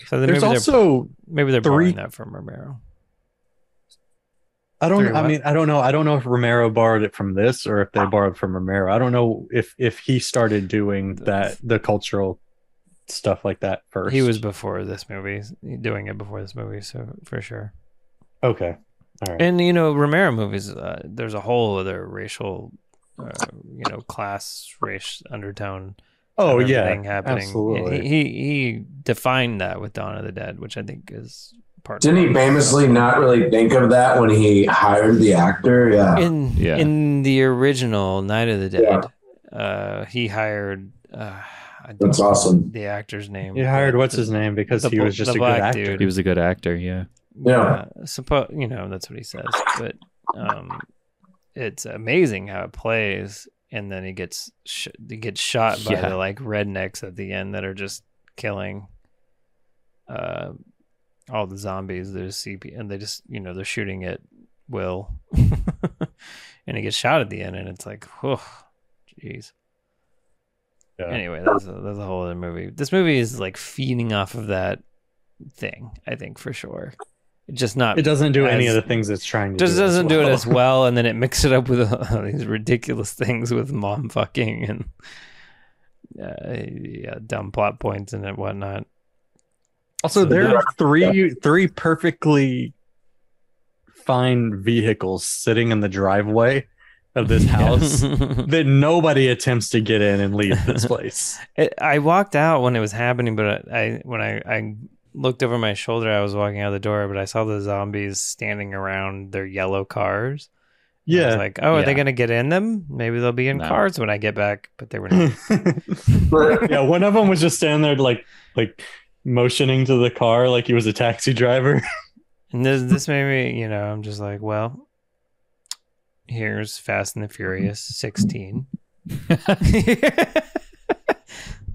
S4: So then
S5: There's
S4: maybe they're
S5: also
S4: maybe they're
S5: three-
S4: borrowing that from Romero.
S5: I don't.
S4: Three
S5: I
S4: what?
S5: mean, I don't know. I don't know if Romero borrowed it from this or if they borrowed from Romero. I don't know if if he started doing that the cultural stuff like that first.
S4: He was before this movie, doing it before this movie, so for sure.
S5: okay. All right.
S4: And you know, Romero movies. Uh, there's a whole other racial, uh, you know, class race undertone.
S5: oh
S4: of
S5: yeah.
S4: everything happening.
S5: absolutely.
S4: He, he he defined that with Dawn of the Dead, which I think is part.
S6: Didn't he
S4: of
S6: famously not really think of that when he hired the actor? Yeah.
S4: in
S1: Yeah.
S4: in the original Night of the
S6: Yeah.
S4: Dead? Uh, he hired. Uh, I don't
S6: That's
S4: know
S6: awesome.
S4: The actor's name.
S5: He hired
S4: but
S5: what's
S4: the-
S5: his name because
S4: the
S5: he
S4: bl-
S5: was just
S4: the
S5: a good
S4: black
S5: actor.
S4: dude.
S1: He was a good actor. Yeah.
S6: Yeah.
S4: Uh, suppo- you know that's what he says, but um, it's amazing how it plays, and then he gets sh- he gets shot by
S1: Yeah.
S4: the like rednecks at the end that are just killing uh all the zombies. There's CP, and they just you know they're shooting at Will, and he gets shot at the end, and it's like, whew, jeez.
S5: Yeah.
S4: Anyway, that's a, that's a whole other movie. This movie is like feeding off of that thing, I think for sure. Just not
S5: It doesn't do any
S4: As-
S5: of the things it's trying to.
S4: just
S5: do
S4: doesn't do it
S5: well.
S4: as well, and then it mixes it up with all these ridiculous things with mom fucking and uh, yeah, dumb plot points and it whatnot.
S5: Also, there are three three perfectly fine vehicles sitting in the driveway of this house that nobody attempts to get in and leave this place.
S4: It, I walked out when it was happening, but I, I when I, I looked over my shoulder, I was walking out the door, but I saw the zombies standing around their yellow cars. I was
S5: Yeah.
S4: like, oh, are they
S1: Yeah.
S4: gonna get in them? Maybe they'll be in
S1: No.
S4: cars when I get back, but they were not.
S6: But
S5: yeah, one of them was just standing there like like motioning to the car like he was a taxi driver.
S4: And this this made me, you know, I'm just like, well, here's Fast and the Furious 16.
S5: They've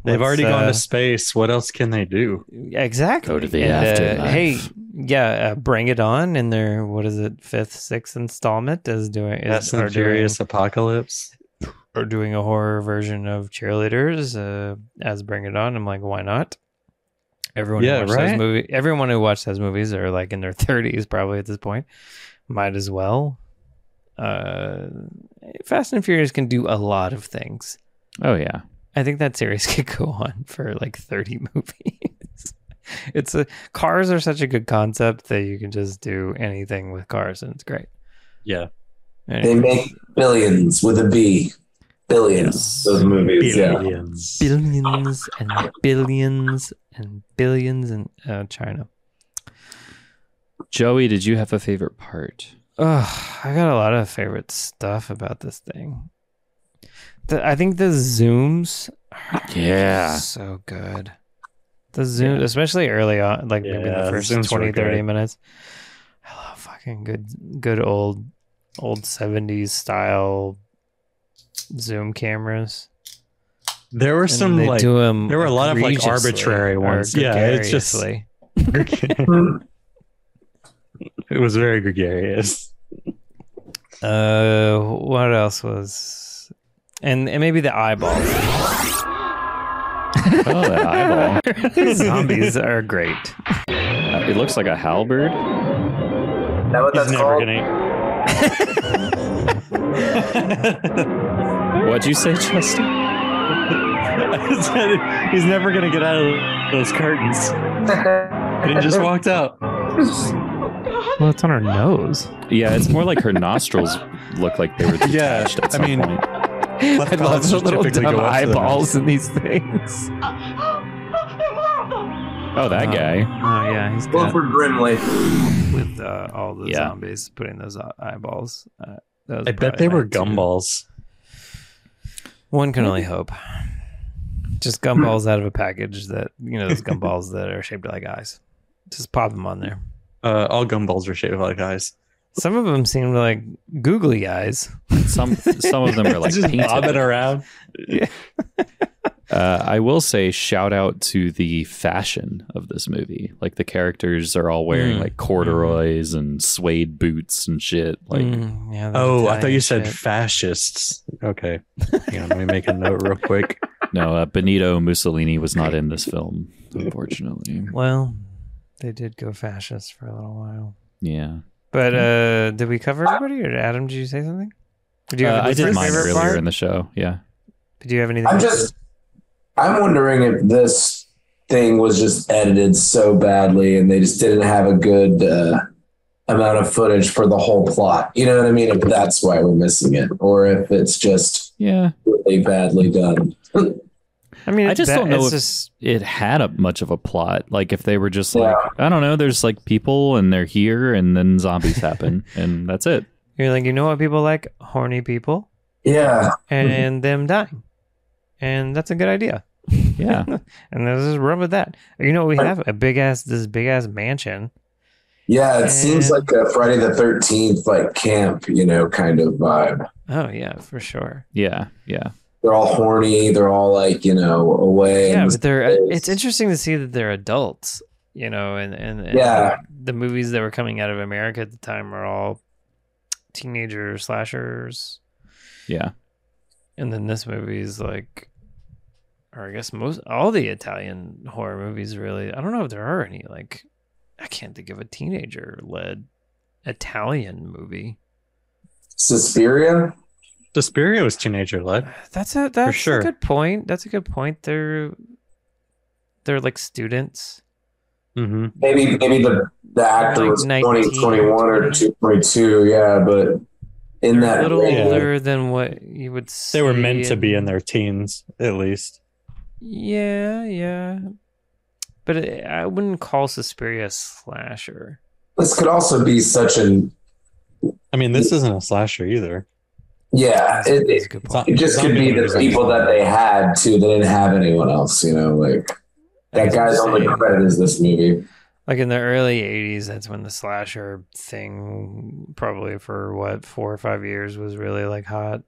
S4: Let's,
S5: already gone
S4: uh,
S5: to space. What else can they do?
S4: exactly.
S1: Go to the
S4: uh,
S1: afterlife.
S4: hey, yeah, uh, bring it on in their what is it, fifth, sixth installment is doing is
S5: That's
S4: are
S5: a
S4: doing,
S5: furious apocalypse.
S4: are doing a horror version of cheerleaders uh, as Bring It On. I'm like, why not? Everyone
S5: Yeah,
S4: who watched those
S5: right?
S4: movie, everyone who watched those movies are like in their 30s probably at this point. Might as well. Uh, Fast and Furious can do a lot of things.
S1: Oh yeah.
S4: I think that series could go on for like 30 movies. it's a, cars are such a good concept that you can just do anything with cars and it's great.
S5: Yeah.
S6: they
S4: Anyways.
S6: make billions with a B. Billions. Those movies. Yeah.
S5: Aliens.
S4: billions and billions and billions in uh, China.
S1: Joey, did you have a favorite part?
S4: Ugh, I got a lot of favorite stuff about this thing. The, I think the zooms are
S1: Yeah.
S4: so good. The zoom, especially early on, like maybe
S5: Yeah,
S4: the
S5: the
S4: first
S5: zooms were
S4: 20, 30
S5: great.
S4: minutes. I love fucking good, good old, old 70s style zoom cameras.
S5: There were
S4: And
S5: some
S4: they
S5: like
S4: do 'em
S5: there were a lot of, like,
S4: egregiously
S5: arbitrary
S4: or
S5: ones. Yeah, it's just-
S4: gregariously.
S5: it was very gregarious.
S4: Uh, what else was? And and maybe the eyeballs.
S1: Oh, that eyeball.
S4: Zombies are great.
S1: Uh, It looks like a halberd.
S6: Is that what
S5: He's
S6: that's
S5: never
S6: called?
S5: gonna.
S1: What'd you say, Justin?
S5: I said He's never gonna get out of those curtains. And he just walked out.
S4: Well, it's on her nose.
S1: Yeah, it's more like her nostrils look like they were
S5: Yeah,
S1: detached at
S5: I
S1: some
S5: mean,
S1: point.
S5: Left
S4: I love
S5: colonists
S4: the little
S5: typically
S4: dumb
S5: go up to them.
S4: eyeballs in these things.
S1: Oh, that
S5: Uh-huh.
S4: Um,
S1: guy.
S4: Oh yeah, he's dead.
S6: Wilford Brimley.
S4: with uh, all the
S1: Yeah.
S4: zombies putting those eye- eyeballs. Uh, that was
S5: I bet
S4: probably
S5: they were
S4: meant to-
S5: gumballs.
S4: One can only hope. Just gumballs out of a package that you know those gumballs that are shaped like eyes. Just pop them on there.
S5: Uh, all gumballs are shaped like eyes.
S4: Some of them seem like googly eyes.
S1: Some some of them are like
S5: just bob it
S1: painted.
S5: around.
S1: Uh, I will say, shout out to the fashion of this movie. Like the characters are all wearing
S4: Mm.
S1: like corduroys and suede boots and shit. Like,
S4: Mm, yeah, that
S5: Oh, I thought you
S4: Italian
S5: said
S4: shit.
S5: fascists. Okay, Hang on, let me make a note real quick.
S1: no, uh, Benito Mussolini was not in this film, unfortunately.
S4: well, they did go fascist for a little while.
S1: Yeah,
S4: But uh did we cover everybody? Or Adam, did you say something? Did you
S1: Uh,
S4: have
S1: I
S4: a
S1: did
S4: favorite
S1: mine earlier
S4: part?
S1: in the show. Yeah,
S4: Did you have anything?
S6: I'm
S4: else?
S6: just, I'm wondering if this thing was just edited so badly and they just didn't have a good uh, amount of footage for the whole plot. You know what I mean? If that's why we're missing it, or if it's just
S1: yeah.
S6: really badly done.
S4: I mean,
S1: I
S4: it's
S1: just
S4: ba-
S1: don't know
S4: It's
S1: if-
S4: just
S1: it had a much of a plot. Like if they were just like I don't know, there's like people and they're here and then zombies happen and that's it.
S4: you're like, you know what people like? Horny people
S6: Yeah.
S4: and them dying, and that's a good idea.
S1: Yeah.
S4: And let's just run with that. You know, we have a big ass this big ass mansion.
S6: Yeah. It seems
S4: Yeah.
S6: like a Friday the 13th, like camp, you know, kind of vibe.
S4: Oh yeah, for sure.
S1: Yeah. Yeah.
S6: They're all horny. They're all like, you know, away.
S4: Yeah,
S6: and-
S4: but they're. It's interesting to see that they're adults. You know, and and, and
S6: Yeah.
S4: the movies that were coming out of America at the time are all teenager slashers.
S1: Yeah.
S4: And then this movie is like, or I guess most all the Italian horror movies really. I don't know if there are any like, I can't think of a teenager led Italian movie.
S6: Suspiria.
S5: Suspiria was teenager led.
S4: That's a that's
S5: sure.
S4: a good point. That's a good point. They're they're like students.
S5: Mm-hmm.
S6: Maybe, maybe the, the actor
S4: Like
S6: was
S4: 19
S6: 20, 21 or 22. Yeah. But
S4: They're a
S6: in that
S4: little
S6: range.
S4: older than what you would. See
S5: They were meant to be in their teens, at least.
S4: Yeah, yeah. But it, I wouldn't call Suspiria a slasher.
S6: This could also be such an
S5: I mean, this isn't a slasher either.
S6: yeah.
S4: That's, that's
S6: It,
S4: a
S6: it,
S4: good
S5: It's
S4: point.
S5: not-
S6: it just could be the people that they had too. They didn't have anyone else. You know, like that
S4: That's what I'm
S6: guy's only
S4: saying.
S6: credit is this movie.
S4: like in the early 80s that's when the slasher thing probably for what four or five years was really like hot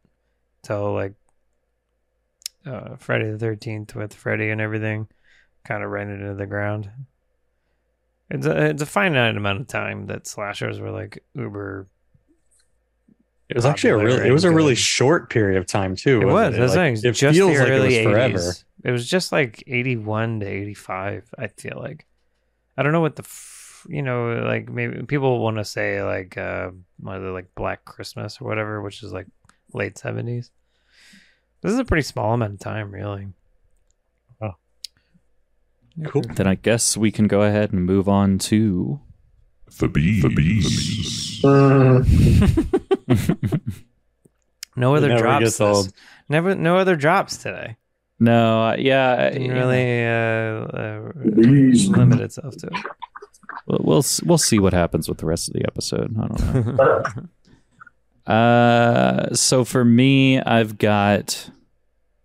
S4: till like uh, friday the 13th with freddy and everything kind of ran it into the ground it's a, it's a finite amount of time that slashers were like uber
S5: It was actually a
S4: popular
S5: really, it was a
S4: and
S5: really
S4: good.
S5: short period of time too.
S4: it was
S5: wasn't
S4: that's
S5: Like,
S4: like
S5: it
S4: just
S5: feels
S4: the
S5: like
S4: early
S5: it was forever.
S4: 80s it was just like 81 to 85 i feel like i don't know what the f- you know like maybe people want to say like uh what is it, like black christmas or whatever which is like late 70s this is a pretty small amount of time really
S5: Oh.
S4: Yeah,
S5: Cool.
S1: Then I guess we can go ahead and move on to
S10: The bees. The bees.
S1: Mm-hmm.
S6: Mm,
S4: no other
S5: Never
S4: drops
S5: gets
S4: this-
S5: old.
S4: never no other drops today
S1: No, uh, yeah,
S4: didn't
S1: yeah.
S4: really uh, uh
S6: Bees.
S4: limit itself to it
S1: We'll, we'll s- we'll see what happens with the rest of the episode. I don't know. uh, so for me, I've got.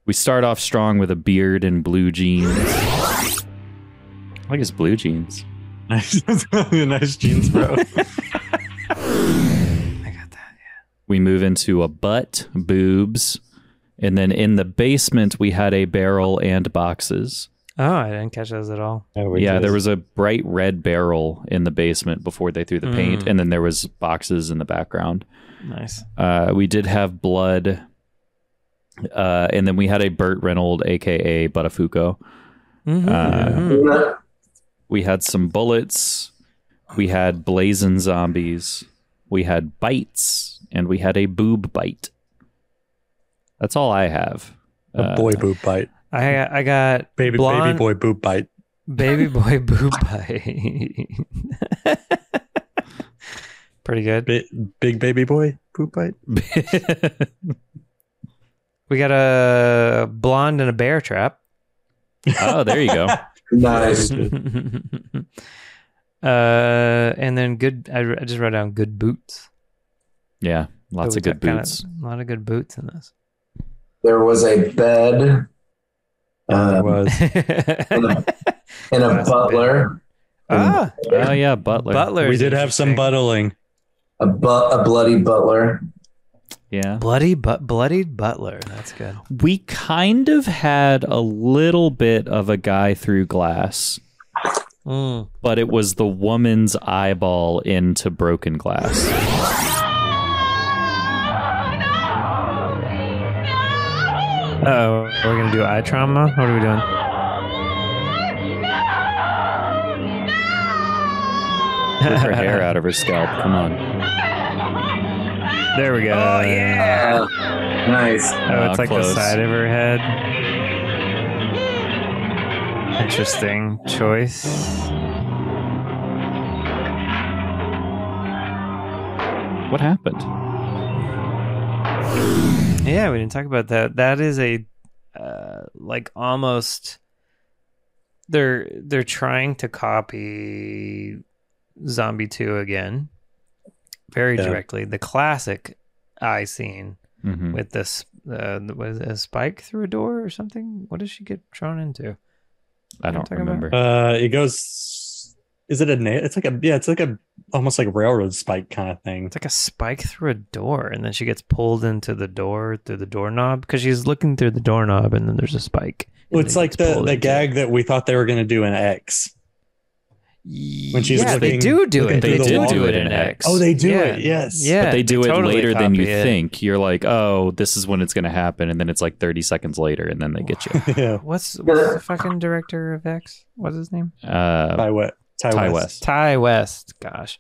S1: We start off strong with a beard and blue jeans. I like his blue jeans.
S5: Nice, nice jeans, bro.
S4: i got that
S1: We move into a butt, boobs, and then in the basement we had a barrel and boxes.
S4: oh i didn't catch those at all
S1: yeah, there was a bright red barrel in the basement before they threw the paint,
S4: Mm.
S1: and then there was boxes in the background.
S4: nice
S1: Uh, we did have blood Uh, and then we had a Burt Reynolds, aka Buttafuoco.
S4: Mhm.
S1: Uh,
S6: Yeah.
S1: we had some bullets. We had blazing zombies. We had bites, and we had a boob bite. That's all I have.
S5: A
S1: Uh,
S5: boy boob bite.
S4: I got, I got
S5: Baby
S4: blonde,
S5: baby boy boob bite.
S4: baby boy boob bite. Pretty good.
S5: Bi- big baby boy boob bite.
S4: We got a blonde and a bear trap.
S1: oh, there you go.
S6: Nice.
S4: uh, and then good. I, I just wrote down good boots.
S1: Yeah, lots
S4: So
S1: of
S4: we
S1: good
S4: got kinda-
S1: boots.
S4: a lot of good boots in this.
S6: There was a bed
S5: There
S6: um,
S5: was
S6: and a, and a
S4: That's a
S6: butler,
S4: ah,
S1: Oh yeah, Butler.
S4: butler.
S5: we did have some buttling.
S6: a, bu- a bloody butler.
S1: Yeah.
S4: Bloody but bloodied butler. That's good.
S1: We kind of had a little bit of a guy through glass,
S4: Mm.
S1: but it was the woman's eyeball into broken glass.
S4: Oh, we're gonna do eye trauma. What are we doing?
S1: Rip her hair out of her scalp. Come on.
S4: There we go. Oh yeah.
S6: Uh, nice.
S4: Oh,
S1: Ah,
S4: it's like
S1: close.
S4: the side of her head. Interesting choice.
S1: What happened?
S4: Yeah, we didn't talk about that. That is a uh, like almost they're they're trying to copy Zombie 2 again very
S5: Yeah.
S4: directly. The classic eye scene
S5: Hmm.
S1: Mhm.
S4: with this uh, what is it, a spike through a door or something? What does she get drawn into?
S1: I don't
S4: talking about-
S1: remember.
S5: Uh, it goes. Is it a nail? It's like a yeah. It's like a almost like railroad spike kind of thing.
S4: It's like a spike through a door, and then she gets pulled into the door through the doorknob because she's looking through the doorknob, and then there's a spike. and
S5: Well, it's
S4: then
S5: like
S4: gets
S5: the
S4: pulled
S5: the
S4: into
S5: gag that we thought they were going to do in X.
S4: it.
S5: when she's
S4: yeah, they
S5: looking-
S4: do do
S5: looking
S4: it.
S5: through
S4: They
S5: the
S4: do
S5: wall.
S4: do it in X.
S5: Oh, they do
S4: yeah.
S5: it. Yes.
S4: Yeah,
S1: but they do it
S4: totally
S1: later than you
S4: copy it.
S1: think. You're like, oh, this is when it's going to happen. And then it's like 30 seconds later, and then they get you.
S5: yeah.
S4: What's, what's the fucking director of X? What's his name?
S1: Uh,
S5: By what? Ty,
S1: Ty
S5: West.
S1: West.
S4: Ty West. Gosh.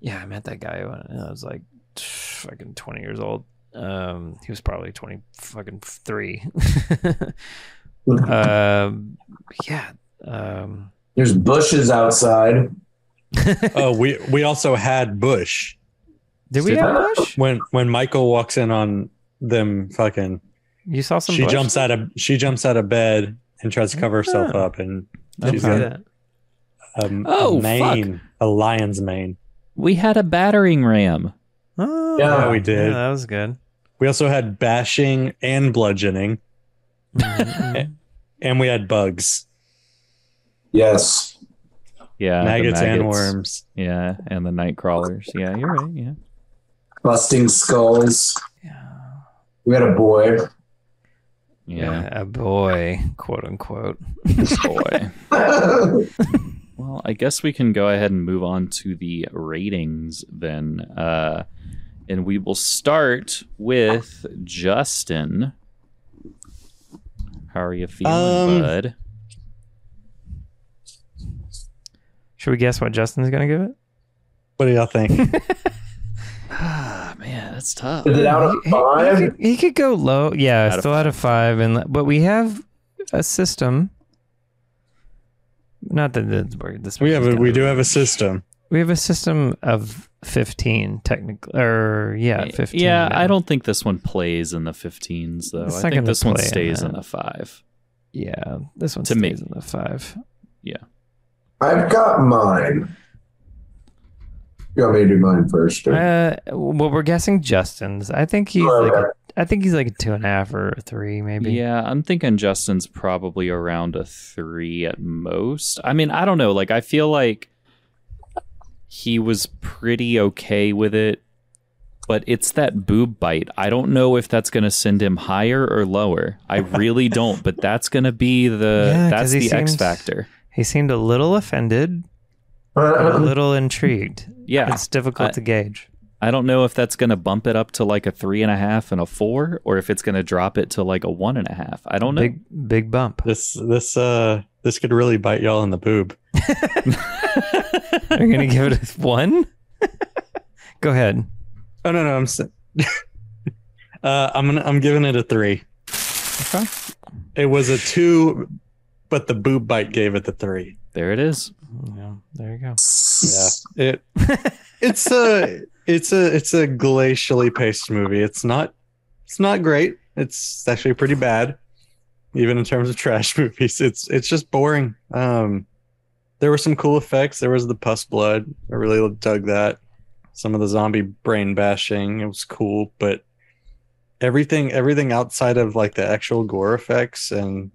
S4: Yeah, I met that guy when I was like fucking 20 years old. Um, he was probably 20 fucking 3. um, yeah. Um,
S6: There's bushes outside.
S5: Oh, we we also had Bush
S4: did we
S6: Steve-
S4: have Bush?
S5: when when Michael walks in on them. Fucking,
S4: You saw some
S5: she
S4: Bush?
S5: jumps out of she jumps out of bed and tries to cover herself
S4: Oh.
S5: up, and
S4: I didn't
S5: she's
S4: see
S5: got
S4: that.
S5: um,
S1: Oh,
S5: a mane, a lion's mane.
S1: we had a battering ram.
S4: Oh,
S6: Yeah.
S5: Yeah, we did.
S4: that was good.
S5: We also had bashing and bludgeoning,
S4: Mhm.
S5: and we had bugs,
S6: Yes.
S1: Yeah. the
S5: maggots, and
S1: maggots.
S5: worms.
S1: Yeah. And the night crawlers. Yeah, you're right. Yeah.
S6: Busting skulls.
S4: yeah.
S6: We had a boy.
S1: Yeah.
S4: A boy, quote unquote.
S6: Oh,
S1: Boy. well, I guess we can go ahead and move on to the ratings then. Uh, and we will start with Justin. How are you feeling,
S5: Um,
S1: bud?
S4: Should we guess what Justin's gonna give it?
S5: What do y'all think?
S1: Ah, man, that's tough.
S6: Is it out of
S4: He- he- He,
S6: five?
S4: could, he could go low. Yeah,
S1: Out of
S4: still out of five, and but we have a system. Not that this, word- this
S5: we
S4: word
S5: have
S4: is
S5: a,
S4: gonna
S5: we do
S4: be-
S5: have a system.
S4: we have a system of fifteen technically, or yeah, fifteen.
S1: Yeah, I
S4: now.
S1: don't think this one plays in the 15s though.
S4: It's
S1: I
S4: not
S1: think
S4: gonna
S1: this one
S4: play in
S1: stays in
S4: that.
S1: the five.
S4: Yeah, this one
S1: To me.
S4: stays in the five.
S6: I've got mine. You want me to do mine first? or-
S4: Uh, well, we're guessing Justin's. I think he's
S6: Oh,
S4: like,
S6: okay.
S4: a, I think he's like a two and a half or a three, maybe.
S1: Yeah, I'm thinking Justin's probably around a three at most. I mean, I don't know. Like, I feel like he was pretty okay with it, but it's that boob bite. I don't know if that's going to send him higher or lower. I really don't. But that's going to be the
S4: Yeah,
S1: that's
S4: 'cause he
S1: the X
S4: seems-
S1: factor.
S4: He seemed a
S6: Uh-huh.
S4: little offended, but a little intrigued.
S1: Yeah,
S4: It's difficult
S1: I-
S4: to gauge.
S1: I don't know if that's going to bump it up to like a three and a half and a four, or if it's going to drop it to like a one and a half. I don't know.
S4: Big big bump.
S5: This this uh this could really bite y'all in the boob.
S4: Are you gonna give it a one? Go ahead.
S5: Oh no no I'm s- uh I'm gonna I'm giving it a three.
S4: Okay.
S5: It was a two, but the boob bite gave it the three.
S1: There it is.
S4: Yeah, there you go.
S5: Yeah. It it's a it's a it's a glacially paced movie. It's not it's not great. It's actually pretty bad, even in terms of trash movies. It's it's just boring. Um, there were some cool effects. There was the pus blood. I really dug that. Some of the zombie brain bashing. It was cool, but everything everything outside of like the actual gore effects and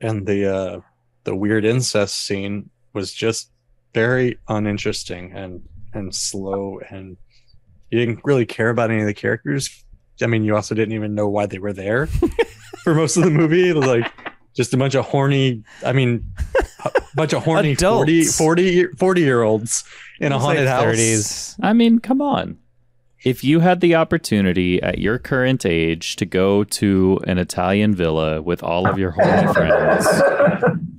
S5: and the uh the weird incest scene was just very uninteresting and and slow and you didn't really care about any of the characters i mean you also didn't even know why they were there for most of the movie It was like just a bunch of horny i mean a bunch of horny 40,
S4: Adults.
S5: 40 year- 40 year olds in a
S4: It's
S5: haunted
S4: like
S5: house
S4: 30s.
S1: I mean, come on. If you had the opportunity at your current age to go to an Italian villa with all of your horny friends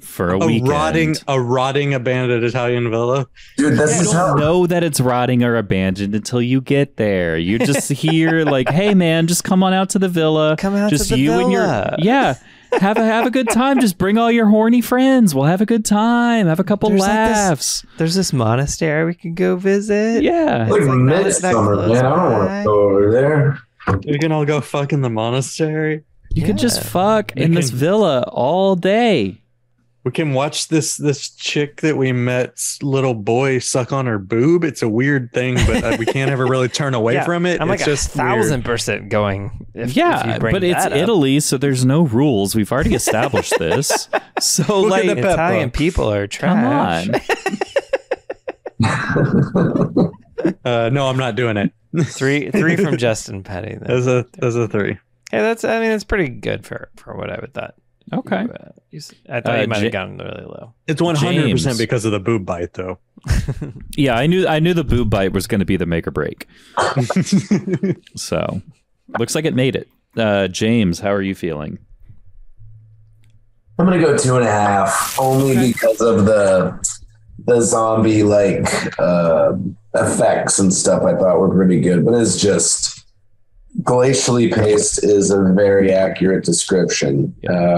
S1: for a,
S5: a
S1: weekend,
S5: rotting a rotting abandoned italian villa
S6: Dude, this
S1: you
S6: is how
S1: don't know that it's rotting or abandoned until you get there. You're just here, like, hey man, just come on out to the villa.
S4: Come out
S1: just
S4: to the
S1: you and
S4: villa."
S1: your yeah. Have a have a good time. Just bring all your horny friends. We'll have a good time. Have a couple
S4: There's like this-
S1: laughs.
S4: There's this monastery we could go visit.
S1: yeah.
S6: like
S4: It's like, no, it's not
S6: midsummer,
S4: close
S6: man. I don't want
S4: by.
S6: to go over there.
S5: we can all go fuck in the monastery
S1: You could just fuck
S5: You
S1: in this
S5: can-
S1: villa all day.
S5: we can watch this this chick that we met's little boy suck on her boob it's a weird thing but uh, we can't ever really turn away
S4: Yeah,
S5: from it
S4: I'm like
S5: it's
S4: a
S5: just
S4: thousand
S5: weird.
S4: percent going. If, if
S1: yeah,
S4: you bring
S1: but it's
S4: that up.
S1: Italy, so there's no rules. We've already established this. So
S5: Look at
S1: like,
S5: the Peppa.
S4: Italian people are
S1: come
S4: trash.
S1: on.
S5: uh no i'm not doing it
S4: Three, three from Justin Petty. Then.
S5: there's a there's a three
S4: Hey, that's. I mean, that's pretty good for for what I would thought.
S1: Okay.
S4: You, uh, you s- I thought
S1: Uh,
S4: you might
S1: Ja-
S4: have gotten really low.
S5: it's 100
S1: James.
S5: percent because of the boob bite though
S1: Yeah, I knew I knew the boob bite was going to be the make or break. so, looks like it made it. Uh, James, how are you feeling?
S6: I'm gonna go two and a half, only because of the the zombie like uh, effects and stuff. I thought were pretty good, but it's just glacially paced is a very accurate description, uh,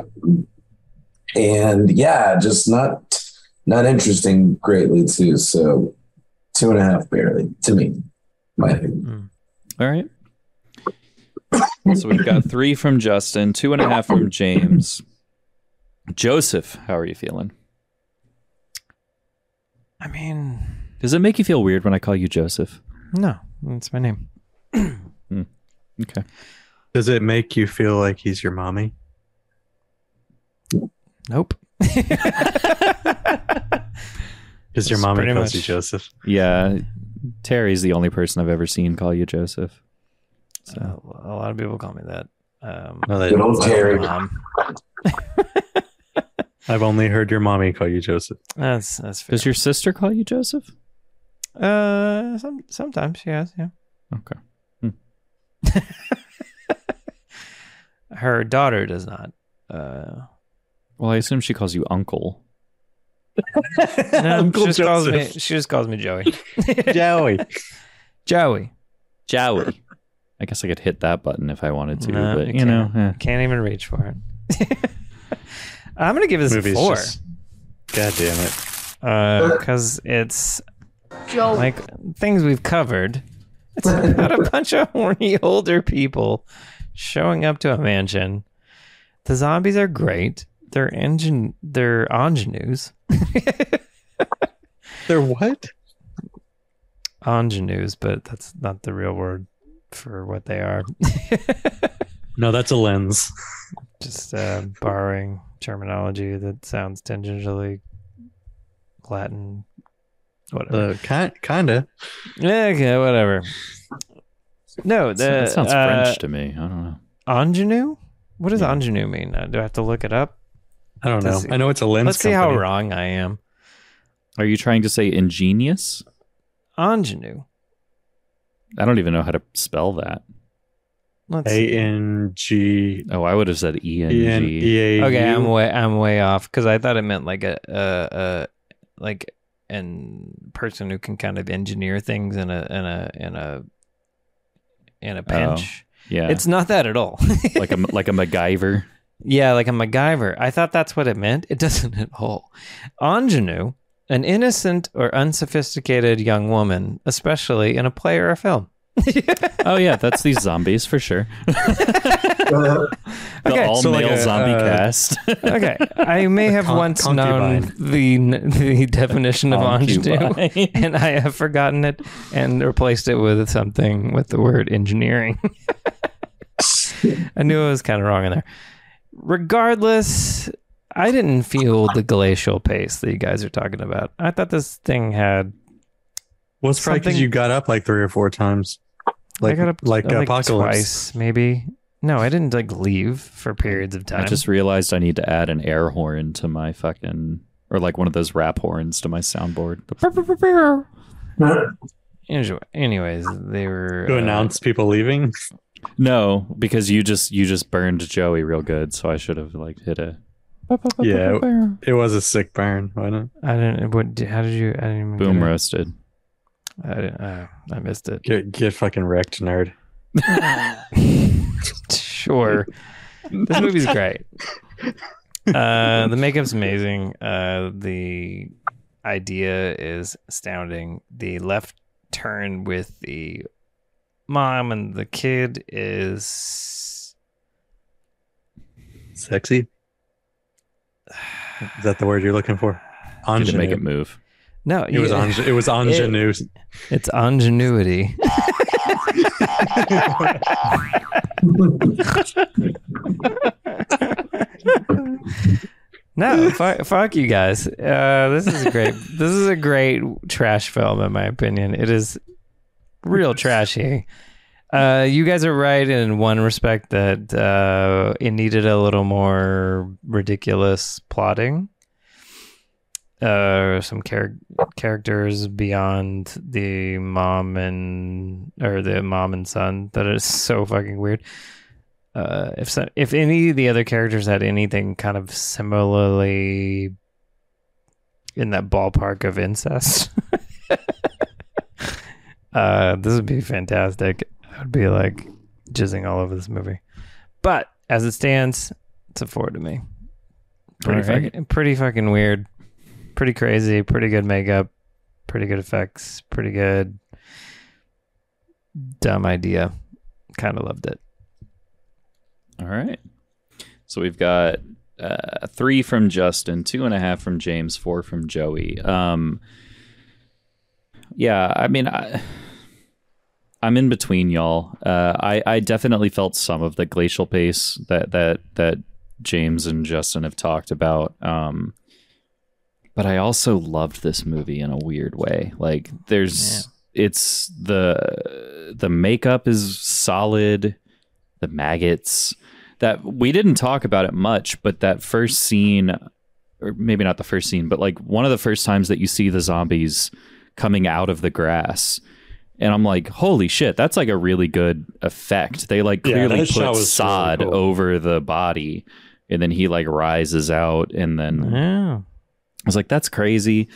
S6: and yeah, just not not interesting greatly too. So two and a half barely to me, my opinion.
S1: All right. So we've got three from Justin, two and a half from James. Joseph, how are you feeling?
S4: I mean,
S1: Does it make you feel weird when I call you Joseph?
S4: no, that's my name.
S1: Okay.
S5: does it make you feel like he's your mommy
S4: Nope.
S5: because your
S4: That's
S5: mommy
S4: pretty
S5: calls
S4: much-
S5: you joseph
S1: Yeah, Terry's the only person I've ever seen call you Joseph.
S4: Uh, a lot of people call me that. Um,
S5: no,
S6: Good old Terry.
S4: mom.
S5: i've only heard your mommy call you joseph
S4: That's that's fair.
S1: Does your sister call you Joseph?
S4: uh, some, sometimes she has, yeah.
S1: Okay.
S4: Her daughter does not. Uh,
S1: Well, I assume she calls you uncle.
S4: no,
S5: Uncle
S4: she just calls me.
S5: Joseph.
S4: She just calls me Joey.
S5: joey
S4: Joey.
S1: Joey. I guess I could hit that button if I wanted to,
S4: No,
S1: but
S4: you
S1: you know, eh.
S4: Can't even reach for it. I'm gonna give this a
S5: Movie's
S4: four
S5: just- god damn it
S4: because Uh, it's
S3: Joe.
S4: like things we've covered. It's about a bunch of horny older people showing up to a mansion. The zombies are great. They're engine. They're ingenues.
S5: they're what
S4: Ingenues, but that's not the real word for what they are.
S5: no that's a lens
S4: Just uh, borrowing terminology that sounds tangentially Latin. Whatever.
S5: uh, kind, kinda
S4: Yeah, okay, whatever. No, the,
S1: that sounds
S4: uh,
S1: French to me. I don't know.
S4: Ingenue? What does ingenue mean? Uh, Do I have to look it up?
S5: I don't know.
S4: Does-
S5: I know it's a lens.
S4: Let's see how
S5: company.
S4: wrong I am.
S1: Are you trying to say ingenious?
S4: Ingenue.
S1: I don't even know how to spell that.
S4: Let's
S5: A N G
S1: Oh, I would have said E N
S5: E N
S1: G.
S5: E A.
S4: Okay, I'm
S5: U.
S4: way I'm way off because I thought it meant like a uh uh like an person who can kind of engineer things in a in a in a in a pinch.
S1: Yeah,
S4: It's not that at all.
S1: like a like a MacGyver.
S4: yeah, like a MacGyver. I thought that's what it meant. It doesn't at all. Ingenue, an innocent or unsophisticated young woman, especially in a play or a film.
S1: Oh yeah, that's these zombies for sure. The
S4: Okay,
S1: all
S5: so like
S1: male
S5: a,
S1: zombie
S5: uh,
S1: cast.
S4: Okay, I may have
S5: Con-
S4: once known
S5: concubine.
S4: the the definition of ingenue,
S1: Concubine.
S4: and I have forgotten it and replaced it with something with the word engineering. I knew I was kind of wrong in there. Regardless, I didn't feel the glacial pace that you guys are talking about. I thought this thing had
S5: Well, it's probably because
S4: something-
S5: you got up like three or four times. Like,
S4: I got up
S5: like
S4: I think,
S5: apocalypse.
S4: twice, maybe. No, I didn't like leave for periods of time.
S1: I just realized I need to add an air horn to my fucking or like one of those rap horns to my soundboard. The
S4: Anyway- anyways, they were
S5: To
S4: uh,
S5: announce people leaving.
S1: No, because you just you just burned Joey real good, so I should have like hit a
S5: Yeah, it, it was a sick burn, wasn't
S4: I didn't. What? di- How did you? I didn't even get
S1: boom
S4: it.
S1: roasted.
S4: I didn't. Uh, I missed it.
S5: it? Get get fucking wrecked, nerd.
S4: Sure. this movie's great. Uh, the makeup's amazing. Uh, the idea is astounding. The left turn with the mom and the kid is
S5: Sexy. Is that the word you're looking for?
S1: Didn't make
S5: Ingenue.
S1: it move.
S4: no.
S5: It was
S4: yeah,
S5: on. It was ingenue.
S4: It's ingenuity. No, fuck, fuck you guys. Uh, this is great. this is a great trash film, in my opinion. It is real trashy. Uh, you guys are right in one respect that uh, it needed a little more ridiculous plotting. Uh, some char- characters beyond the mom and or the mom and son that is so fucking weird uh, if so, if any of the other characters had anything kind of similarly in that ballpark of incest, uh, this would be fantastic. I would be like jizzing all over this movie. But as it stands, it's a four to me. Pretty
S1: All right.
S4: fucking, pretty fucking weird, pretty crazy, pretty good makeup, pretty good effects, pretty good dumb idea. Kind of loved it.
S1: All right. So we've got uh, three from Justin, two and a half from James, four from Joey. Um, yeah, I mean, I, I'm in between y'all. Uh, I I definitely felt some of the glacial pace that that that James and Justin have talked about. Um, but I also loved this movie in a weird way. Like, there's it's the the makeup is solid the maggots that we didn't talk about it much but that first scene or maybe not the first scene but like one of the first times that you see the zombies coming out of the grass and i'm like holy shit that's like a really good effect they like
S5: Yeah,
S1: clearly
S5: that shot
S1: put
S5: was really
S1: sod
S5: cool.
S1: over the body and then he like rises out and then I was like, that's crazy.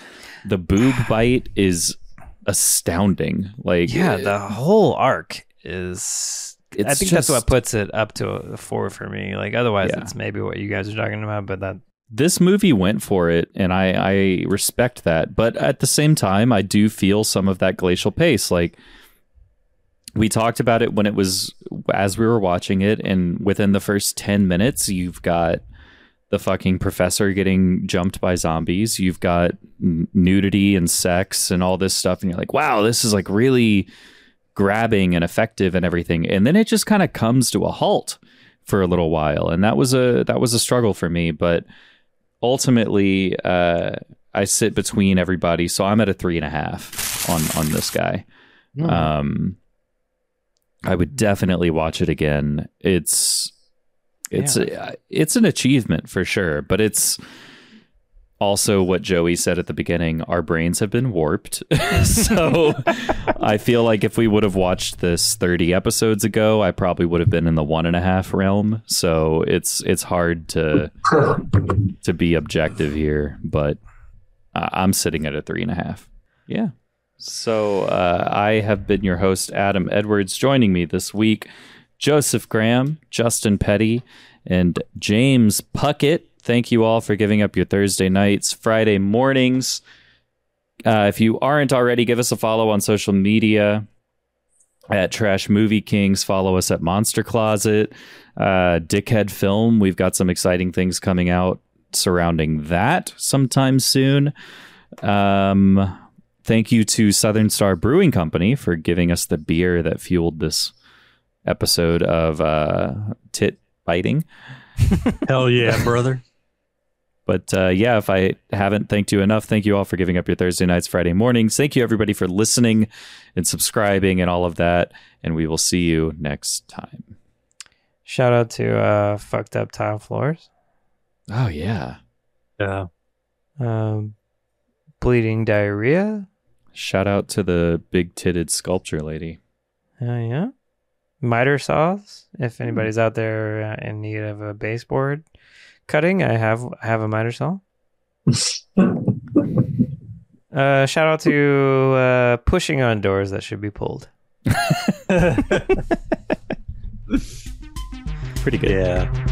S1: The boob bite is astounding. Like,
S4: Yeah, the whole arc is. I
S1: It's
S4: think that's
S1: just-
S4: what puts it up to a four for me. Like otherwise,
S1: Yeah.
S4: it's maybe what you guys are talking about, but that
S1: this movie went for it, and I, I respect that. But at the same time, I do feel some of that glacial pace. Like, we talked about it when it was as we were watching it, and within the first 10 minutes, you've got the fucking professor getting jumped by zombies. You've got n- nudity and sex and all this stuff. And you're like, wow, this is like really grabbing and effective and everything. And then it just kind of comes to a halt for a little while. And that was a, that was a struggle for me, but ultimately, uh, I sit between everybody. So I'm at a three and a half on, on this guy. Um, I would definitely watch it again. uh, It's, it's a, it's an achievement for sure but it's also what Joey said at the beginning, our brains have been warped. so I feel like if we would have watched this 30 episodes ago, I probably would have been in the one and a half realm. So it's it's hard to to be objective here, but I- I'm sitting at a three and a half. Yeah. So uh, I have been your host, Adam Edwards. Joining me this week, Joseph Graham, Justin Petty, and James Puckett. Thank you all for giving up your Thursday nights, Friday mornings. Uh, if you aren't already, give us a follow on social media at Trash Movie Kings. Follow us at Monster Closet, uh, Dickhead Film. We've got some exciting things coming out surrounding that sometime soon. Um, thank you to Southern Star Brewing Company for giving us the beer that fueled this episode of uh, tit biting.
S5: Hell yeah, brother.
S1: But uh, yeah, if I haven't thanked you enough, thank you all for giving up your Thursday nights, Friday mornings. Thank you everybody for listening and subscribing and all of that. And we will see you next time.
S4: Shout out to uh, fucked up tile floors,
S1: Oh, yeah.
S5: Yeah.
S4: um, bleeding diarrhea.
S1: Shout out to the big titted sculpture lady.
S4: Oh yeah, miter saws.
S1: Hmm.
S4: If anybody's out there uh, in need of a baseboard cutting, I have I have a miter saw. Uh, shout out to uh, pushing on doors that should be pulled.
S1: Pretty good.
S5: Yeah.